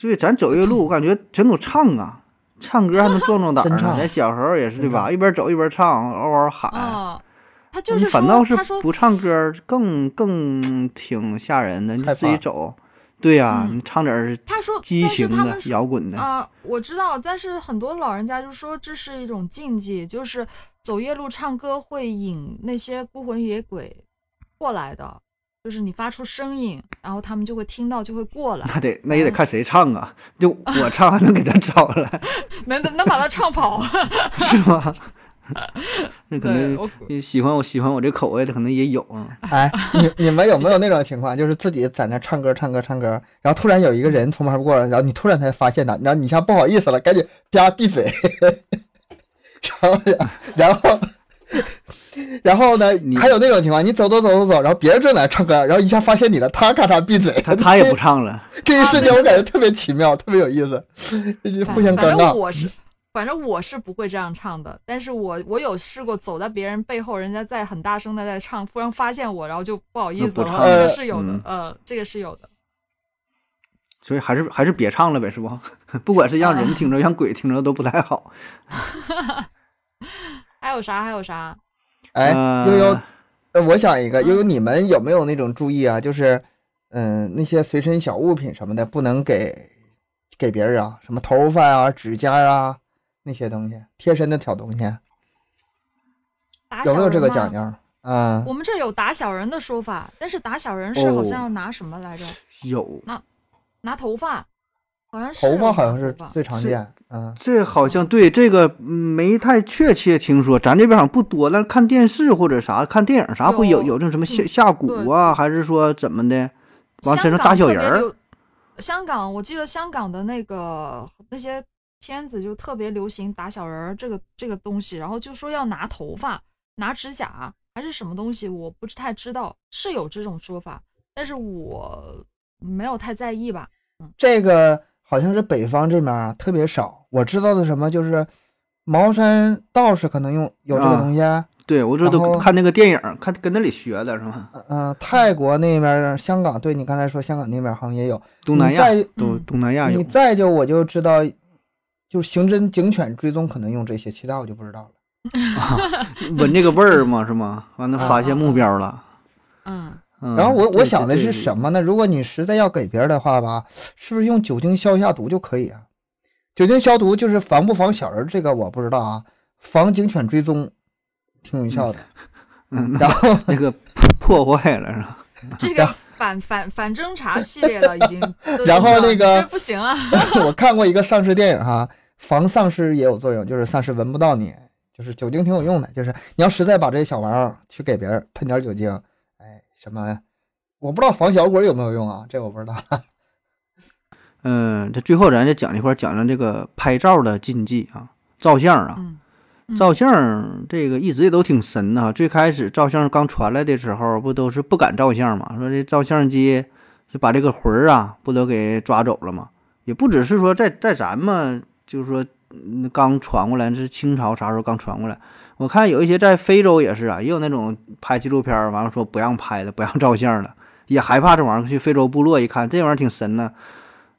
对，咱走夜路，我感觉全都唱啊，唱歌还能壮壮胆儿
真
呢。
唱
咱小时候也是对
真
吧？一边走一边唱，嗷嗷喊。
啊、他就
你
是说，
哎反倒是
他说
不唱歌儿更更挺吓人的，你
害
自己
怕
走。对呀、
嗯
你唱点儿
他说，
激
但是
情
他
的
们、说
摇滚的，
啊、我知道，但是很多老人家就说这是一种禁忌，就是走夜路唱歌会引那些孤魂野鬼过来的，就是你发出声音，然后他们就会听到，就会过 来，
那得那也
嗯
得看谁唱啊。就 我唱还能给他招来，
能能把他唱跑。
是吗？ 那可
对，
能
我
喜欢我喜欢我这口味的，可能也有啊。
哎，你你们有没有那种情况，就是自己在那唱歌唱歌唱歌，然后突然有一个人从旁边过来，然后你突然才发现他，然后你一下不好意思了，赶紧啪闭嘴， 然后然后然后呢
你，
还有那种情况，你走走走走走，然后别人正在唱歌，然后一下发现你了，他咔嚓闭 嘴，
他他也不唱了，
这一瞬间我感觉特别奇妙，特别有意思，互相尴
啊反正
尬。
我是，反正我是不会这样唱的。但是我我有试过走在别人背后，人家在很大声的在唱，忽然发现我，然后就不好意
那
思
不
了。
唱
这
了
个是有的
嗯，
呃，这个是有的。
所以还是还是别唱了呗，是不？ 不管是让人听着，让鬼听着都不太好。
还有啥？还有啥？
哎，
呃
悠悠，呃我想一个，悠悠，
嗯
你们有没有那种注意啊？就是，嗯，那些随身小物品什么的不能给给别人啊，什么头发啊、指甲啊那些东西，贴身的小东西，
打
有没
小
有这
人
个
吗？
讲究啊？
我们这儿有打小人的说法，但是打小人是好
哦
像要拿什么来着？
有，
拿头发，好像是
头发好像
有拿
是
头发
最常
是
见，嗯，
这好像对这个嗯没太确切听说，咱这边好像不多。但是看电视或者啥，看电影啥会有
有
有这种什么下
嗯
下蛊啊，还是说怎么的，往身上扎小人
香港特别
儿？
流。香港，我记得香港的那个那些片子就特别流行打小人儿这个这个东西，然后就说要拿头发、拿指甲还是什么东西，我不是太知道，是有这种说法，但是我没有太在意吧。
这个好像是北方这面啊特别少。我知道的什么就是茅山道士可能用有这个
啊
东西啊，
对，我这
然
都
后
看那个电影，看跟那里学的是吗？
嗯、呃泰国那边儿、香港，对你刚才说香港那边儿好像也有。
东南亚
你
都
嗯
东南亚
再
有
你，再就我就知道，就刑侦警犬追踪可能用这些，其他我就不知道了。
闻这个味儿嘛是吗？完了
啊
发现目标了。
嗯，
嗯
然后我
这
我想的
这
是
这
什么呢？如果你实在要给别人的话吧，是不是用酒精消一下毒就可以啊？酒精消毒就是防不防小人儿，这个我不知道啊，防警犬追踪挺 有效的。
嗯，
然后
那个破破坏了是吧？
这个反反反侦查系列了已 经都已经了。
然后那个
这不行啊，
我看过一个丧尸电影哈，防丧尸也有作用，就是丧尸闻不到你，就是酒精挺有用的，就是你要实在把这些小玩意儿去给别人喷点酒精，哎，什么我不知道防小鬼有没有用啊，这我不知道。
嗯，这最后咱再讲一块儿，讲讲这个拍照的禁忌啊，照相啊，
嗯嗯
照相这个一直也都挺神的哈。最开始照相刚传来的时候，不都是不敢照相嘛？说这照相机就把这个魂儿啊，不都给抓走了吗？也不只是说在在咱们，就是说嗯刚传过来，这是清朝啥时候刚传过来？我看有一些在非洲也是啊，也有那种拍纪录片儿，完了说不让拍的，不让照相的，也害怕这玩意儿。去非洲部落一看，这玩意儿挺神的，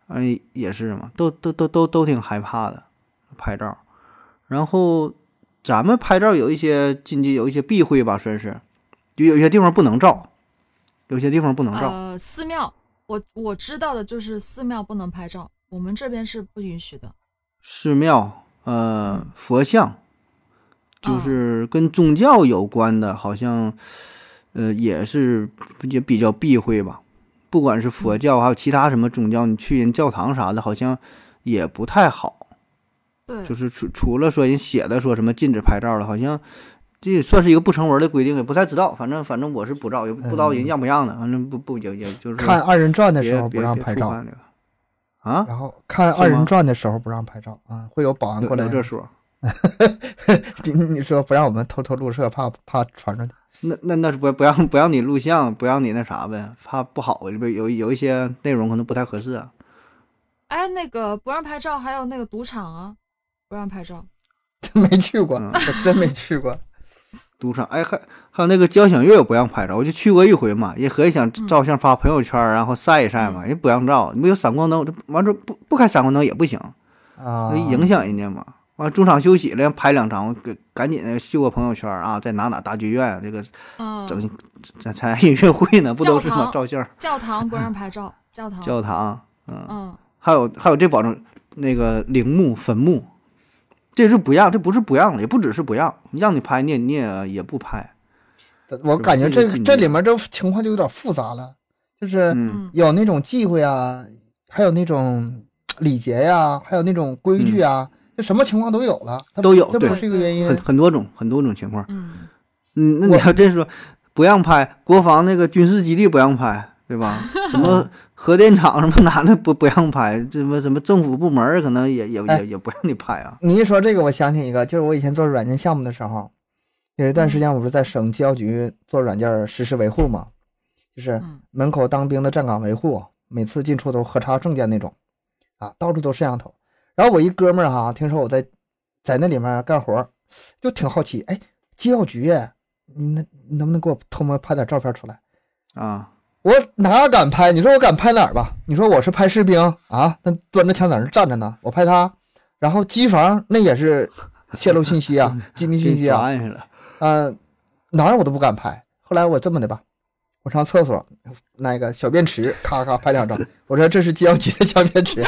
哎，也是嘛，都都都都都挺害怕的拍照。然后咱们拍照有一些禁忌，有一些避讳吧，算是，就有些地方不能照，有些地方不能照。
呃，寺庙，我我知道的就是寺庙不能拍照，我们这边是不允许的。
寺庙，呃
嗯，
佛像，就
嗯
是跟宗教有关的，好像，呃，也是也比较避讳吧。不管是佛教，还有其他什么宗教，你去人教堂啥的，好像也不太好。
嗯
对，
就是除除了说人写的说什么禁止拍照了，好像这也算是一个不成文的规定，也不太知道。反正反正我是不照，也不知道人让不让的。反正不不也也就是
嗯看二人转的时
别
候不
别
让
别
拍
触
照，
犯这个啊，
然后看
是吗
二人转的时候不让拍照啊，会有保安
有
过来
有。这说。
你你说不让我们偷偷录摄，怕怕传出去。
那那那是不不让不让你录像，不让你那啥呗，怕不好里边有有一些内容可能不太合适啊。
哎，那个不让拍照，还有那个赌场啊，不让拍照。
没去过，
嗯
我真没去过。
赌场，哎，还还有那个交响乐不让拍照，我就去过一回嘛，也合计想
嗯
照相发朋友圈，然后晒一晒嘛，人不让照，你不有闪光灯，完之后不不开闪光灯也不行，
啊，
影响人家嘛。完中场休息了，拍两张，我给赶紧秀个朋友圈啊，在哪哪大剧院这个
嗯，
整咱参加音乐会呢，不都是
教
吗？
堂
照相
教堂不让拍照，教堂。
教堂，嗯。
嗯，
还有还有这保证那个陵墓坟墓，这是不让，这不是不让了，也不只是不让，让你拍你也你也也不拍，
我
吧
感觉
这
这
个禁
这
忌
里面这情况就有点复杂了，就是
嗯，
嗯
有那种忌讳啊，还有那种礼节呀、还有那种规矩啊，这什么情况都有了，它
嗯都有
这不
对
是一个原因
很。很多种很多种情况，
嗯，
嗯，那你
我
要真说不让拍，国防那个军事基地不让拍，对吧？什 么核电厂什么男的不不让拍，什么什么政府部门儿可能也也
哎
也也不让你拍啊。
你一说这个，我想起一个，就是我以前做软件项目的时候，有一
嗯
段时间我不是在省气象局做软件实施维护嘛，就是
嗯
门口当兵的站岗维护，每次进出都核查证件那种，啊，到处都摄像头。然后我一哥们儿哈，听说我在在那里面干活儿，就挺好奇，哎，气象局，你能你能不能给我偷摸拍点照片出来？
啊，
我哪敢拍？你说我敢拍哪儿吧？你说我是拍士兵啊？那端着枪在那儿站着呢，我拍他。然后机房那也是泄露信息啊，机密信
给
息
抓
啊，
进去了。
嗯、哪儿我都不敢拍。后来我这么的吧，我上厕所那个小便池，咔咔拍两张。我说这是机要局的小便池，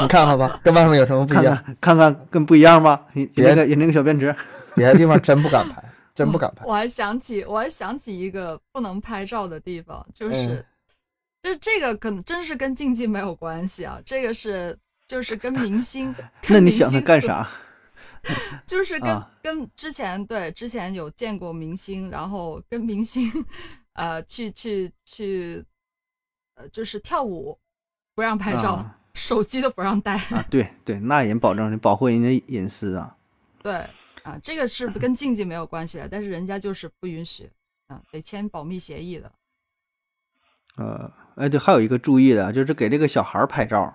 你看看吧，跟外面有什么不一
看
样？
看看看跟不一样吧？人
别
那个人那个小便 池，，
别的地方真不敢拍，真不敢拍。
我还想起，我还想起一个不能拍照的地方，就是，
嗯
就是这个可能真是跟竞技没有关系啊，这个是就是跟明星
那
跟
你
明
想他
星
干
合？
啥？
就是跟、
啊
跟之前对之前有见过明星，然后跟明星，呃，去去去，呃，就是跳舞，不让拍照，
啊
手机都不让带，
啊，对对，那人保证你保护人家隐私啊。
对啊，这个是跟竞技没有关系的，但是人家就是不允许，啊，得签保密协议的。
呃，哎，对，还有一个注意的，就是给这个小孩儿拍照，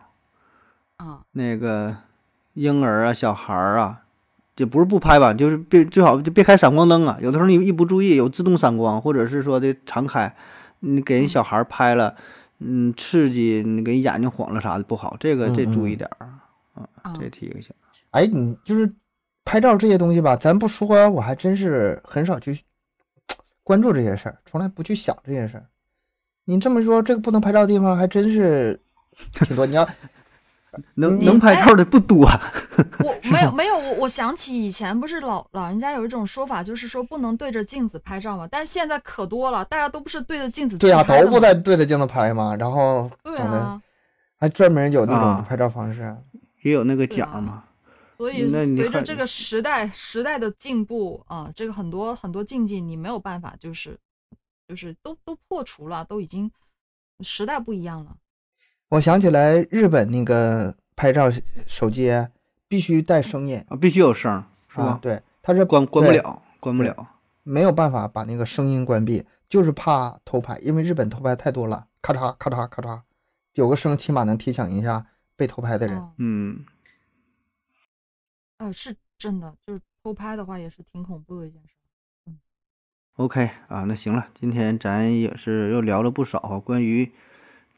啊，
那个婴儿啊、小孩儿啊，也不是不拍吧，就是别最好就别开闪光灯啊。有的时候你一不注意，有自动闪光，或者是说的常开，你给人小孩儿拍了，嗯，刺激你给人眼睛晃了啥的不好，这个这
嗯嗯嗯哦
注意点儿啊
啊，
这提一下。
哎，你就是拍照这些东西吧，咱不说，我还真是很少去关注这些事儿，从来不去想这些事儿。你这么说，这个不能拍照的地方还真是挺多。你要
能
你哎
能拍照的不多，
我没有没有，我我想起以前不是老老人家有一种说法，就是说不能对着镜子拍照嘛，但是现在可多了，大家都不是对着镜子
对呀、
自拍
都
的
不
嘛
在对着镜子拍嘛，然后
对
整的
啊，
还专门有那种
啊
拍照方式。
也有那个
对
奖
啊
嘛。
所以
那你
随着
看
这个时代时代的进步啊，这个很多很多禁忌你没有办法，就是就是都都破除了，都已经时代不一样了。
我想起来，日本那个拍照手机必须带声音，
啊，必须有声儿，是
啊
吧？？
对，它是
关关不
对
了，关不
对
了。
没有办法把那个声音关闭，就是怕偷拍，因为日本偷拍太多了，咔嚓咔嚓咔嚓，有个声起码能提醒一下被偷拍的人。
哦
嗯，
呃，是真的，就是偷拍的话也是挺恐怖的一件事。
OK 啊，那行了，今天咱也是又聊了不少啊关于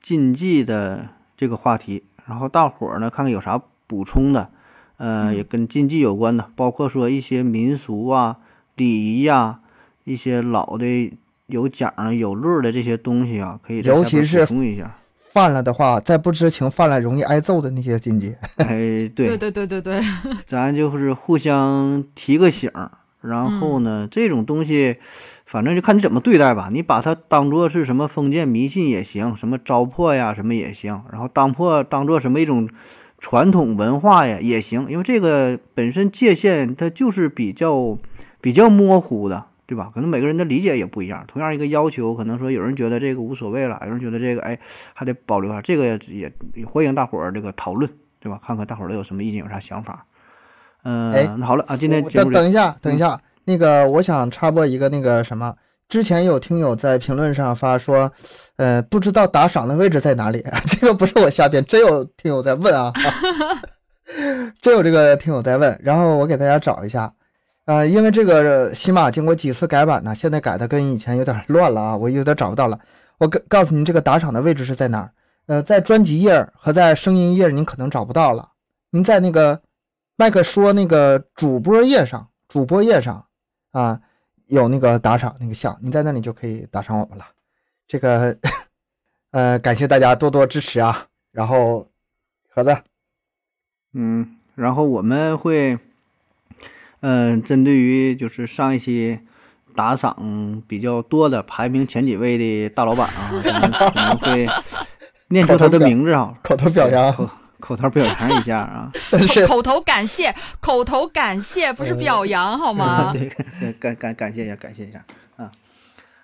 禁忌的这个话题，然后大伙儿呢看看有啥补充的，
嗯
呃，也跟禁忌有关的，包括说一些民俗啊、礼仪呀、一些老的有讲儿有论儿的这些东西啊，可以在
尤
下
其
边
是
补充一 下。
犯了的话，在不知情犯了容易挨揍的那些禁忌。
哎，
对对对对对，
咱就是互相提个醒儿，然后呢，这种东西，反正就看你怎么对待吧。你把它当做是什么封建迷信也行，什么糟粕呀，什么也行，然后当破当做什么一种传统文化呀也行，因为这个本身界限它就是比较比较模糊的，对吧？可能每个人的理解也不一样。同样一个要求，可能说有人觉得这个无所谓了，有人觉得这个哎还得保留下，这个也也欢迎大伙儿这个讨论，对吧？看看大伙儿都有什么意见，有啥想法。嗯、
哎
那好了啊，今天
我
节目
等
就
等一下，等一下，那个我想插播一个那个什么，之前有听友在评论上发说，呃，不知道打赏的位置在哪里， 这个不是我瞎编，真有听友在 问啊，真有这个听友在问，然后我给大家找一下。呃，因为这个喜马经过几次改版呢，现在改的跟以前有点乱了啊，我有点找不到了。我告告诉你，这个打赏的位置是在哪儿？呃，在专辑页儿和在声音页儿您可能找不到了，您在那个麦克说那个主播页上，主播页上啊有那个打赏那个项，您在那里就可以打赏我们了。这个呃，感谢大家多多支持啊。然后盒子，
嗯，然后我们会，嗯、针对于就是上一期打赏比较多的排名前几位的大老板啊，我们可能会念出他的名字啊，
口头表扬，
口口头表扬一下啊，
但是
口头感谢，口头感谢，不是表扬好吗？
对，感感感谢一下，感谢一下啊。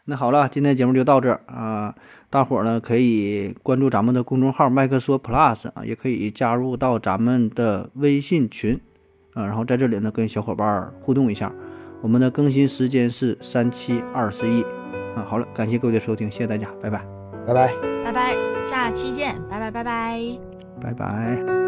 那好了，今天节目就到这儿啊、大伙儿呢可以关注咱们的公众号“麦克说 Plus” 啊，也可以加入到咱们的微信群啊，然后在这里呢跟小伙伴儿互动一下。我们的更新时间是三七二十一啊。好了，感谢各位的收听，谢谢大家，拜拜，
拜拜。
拜拜，下期见，拜拜拜拜。
拜拜。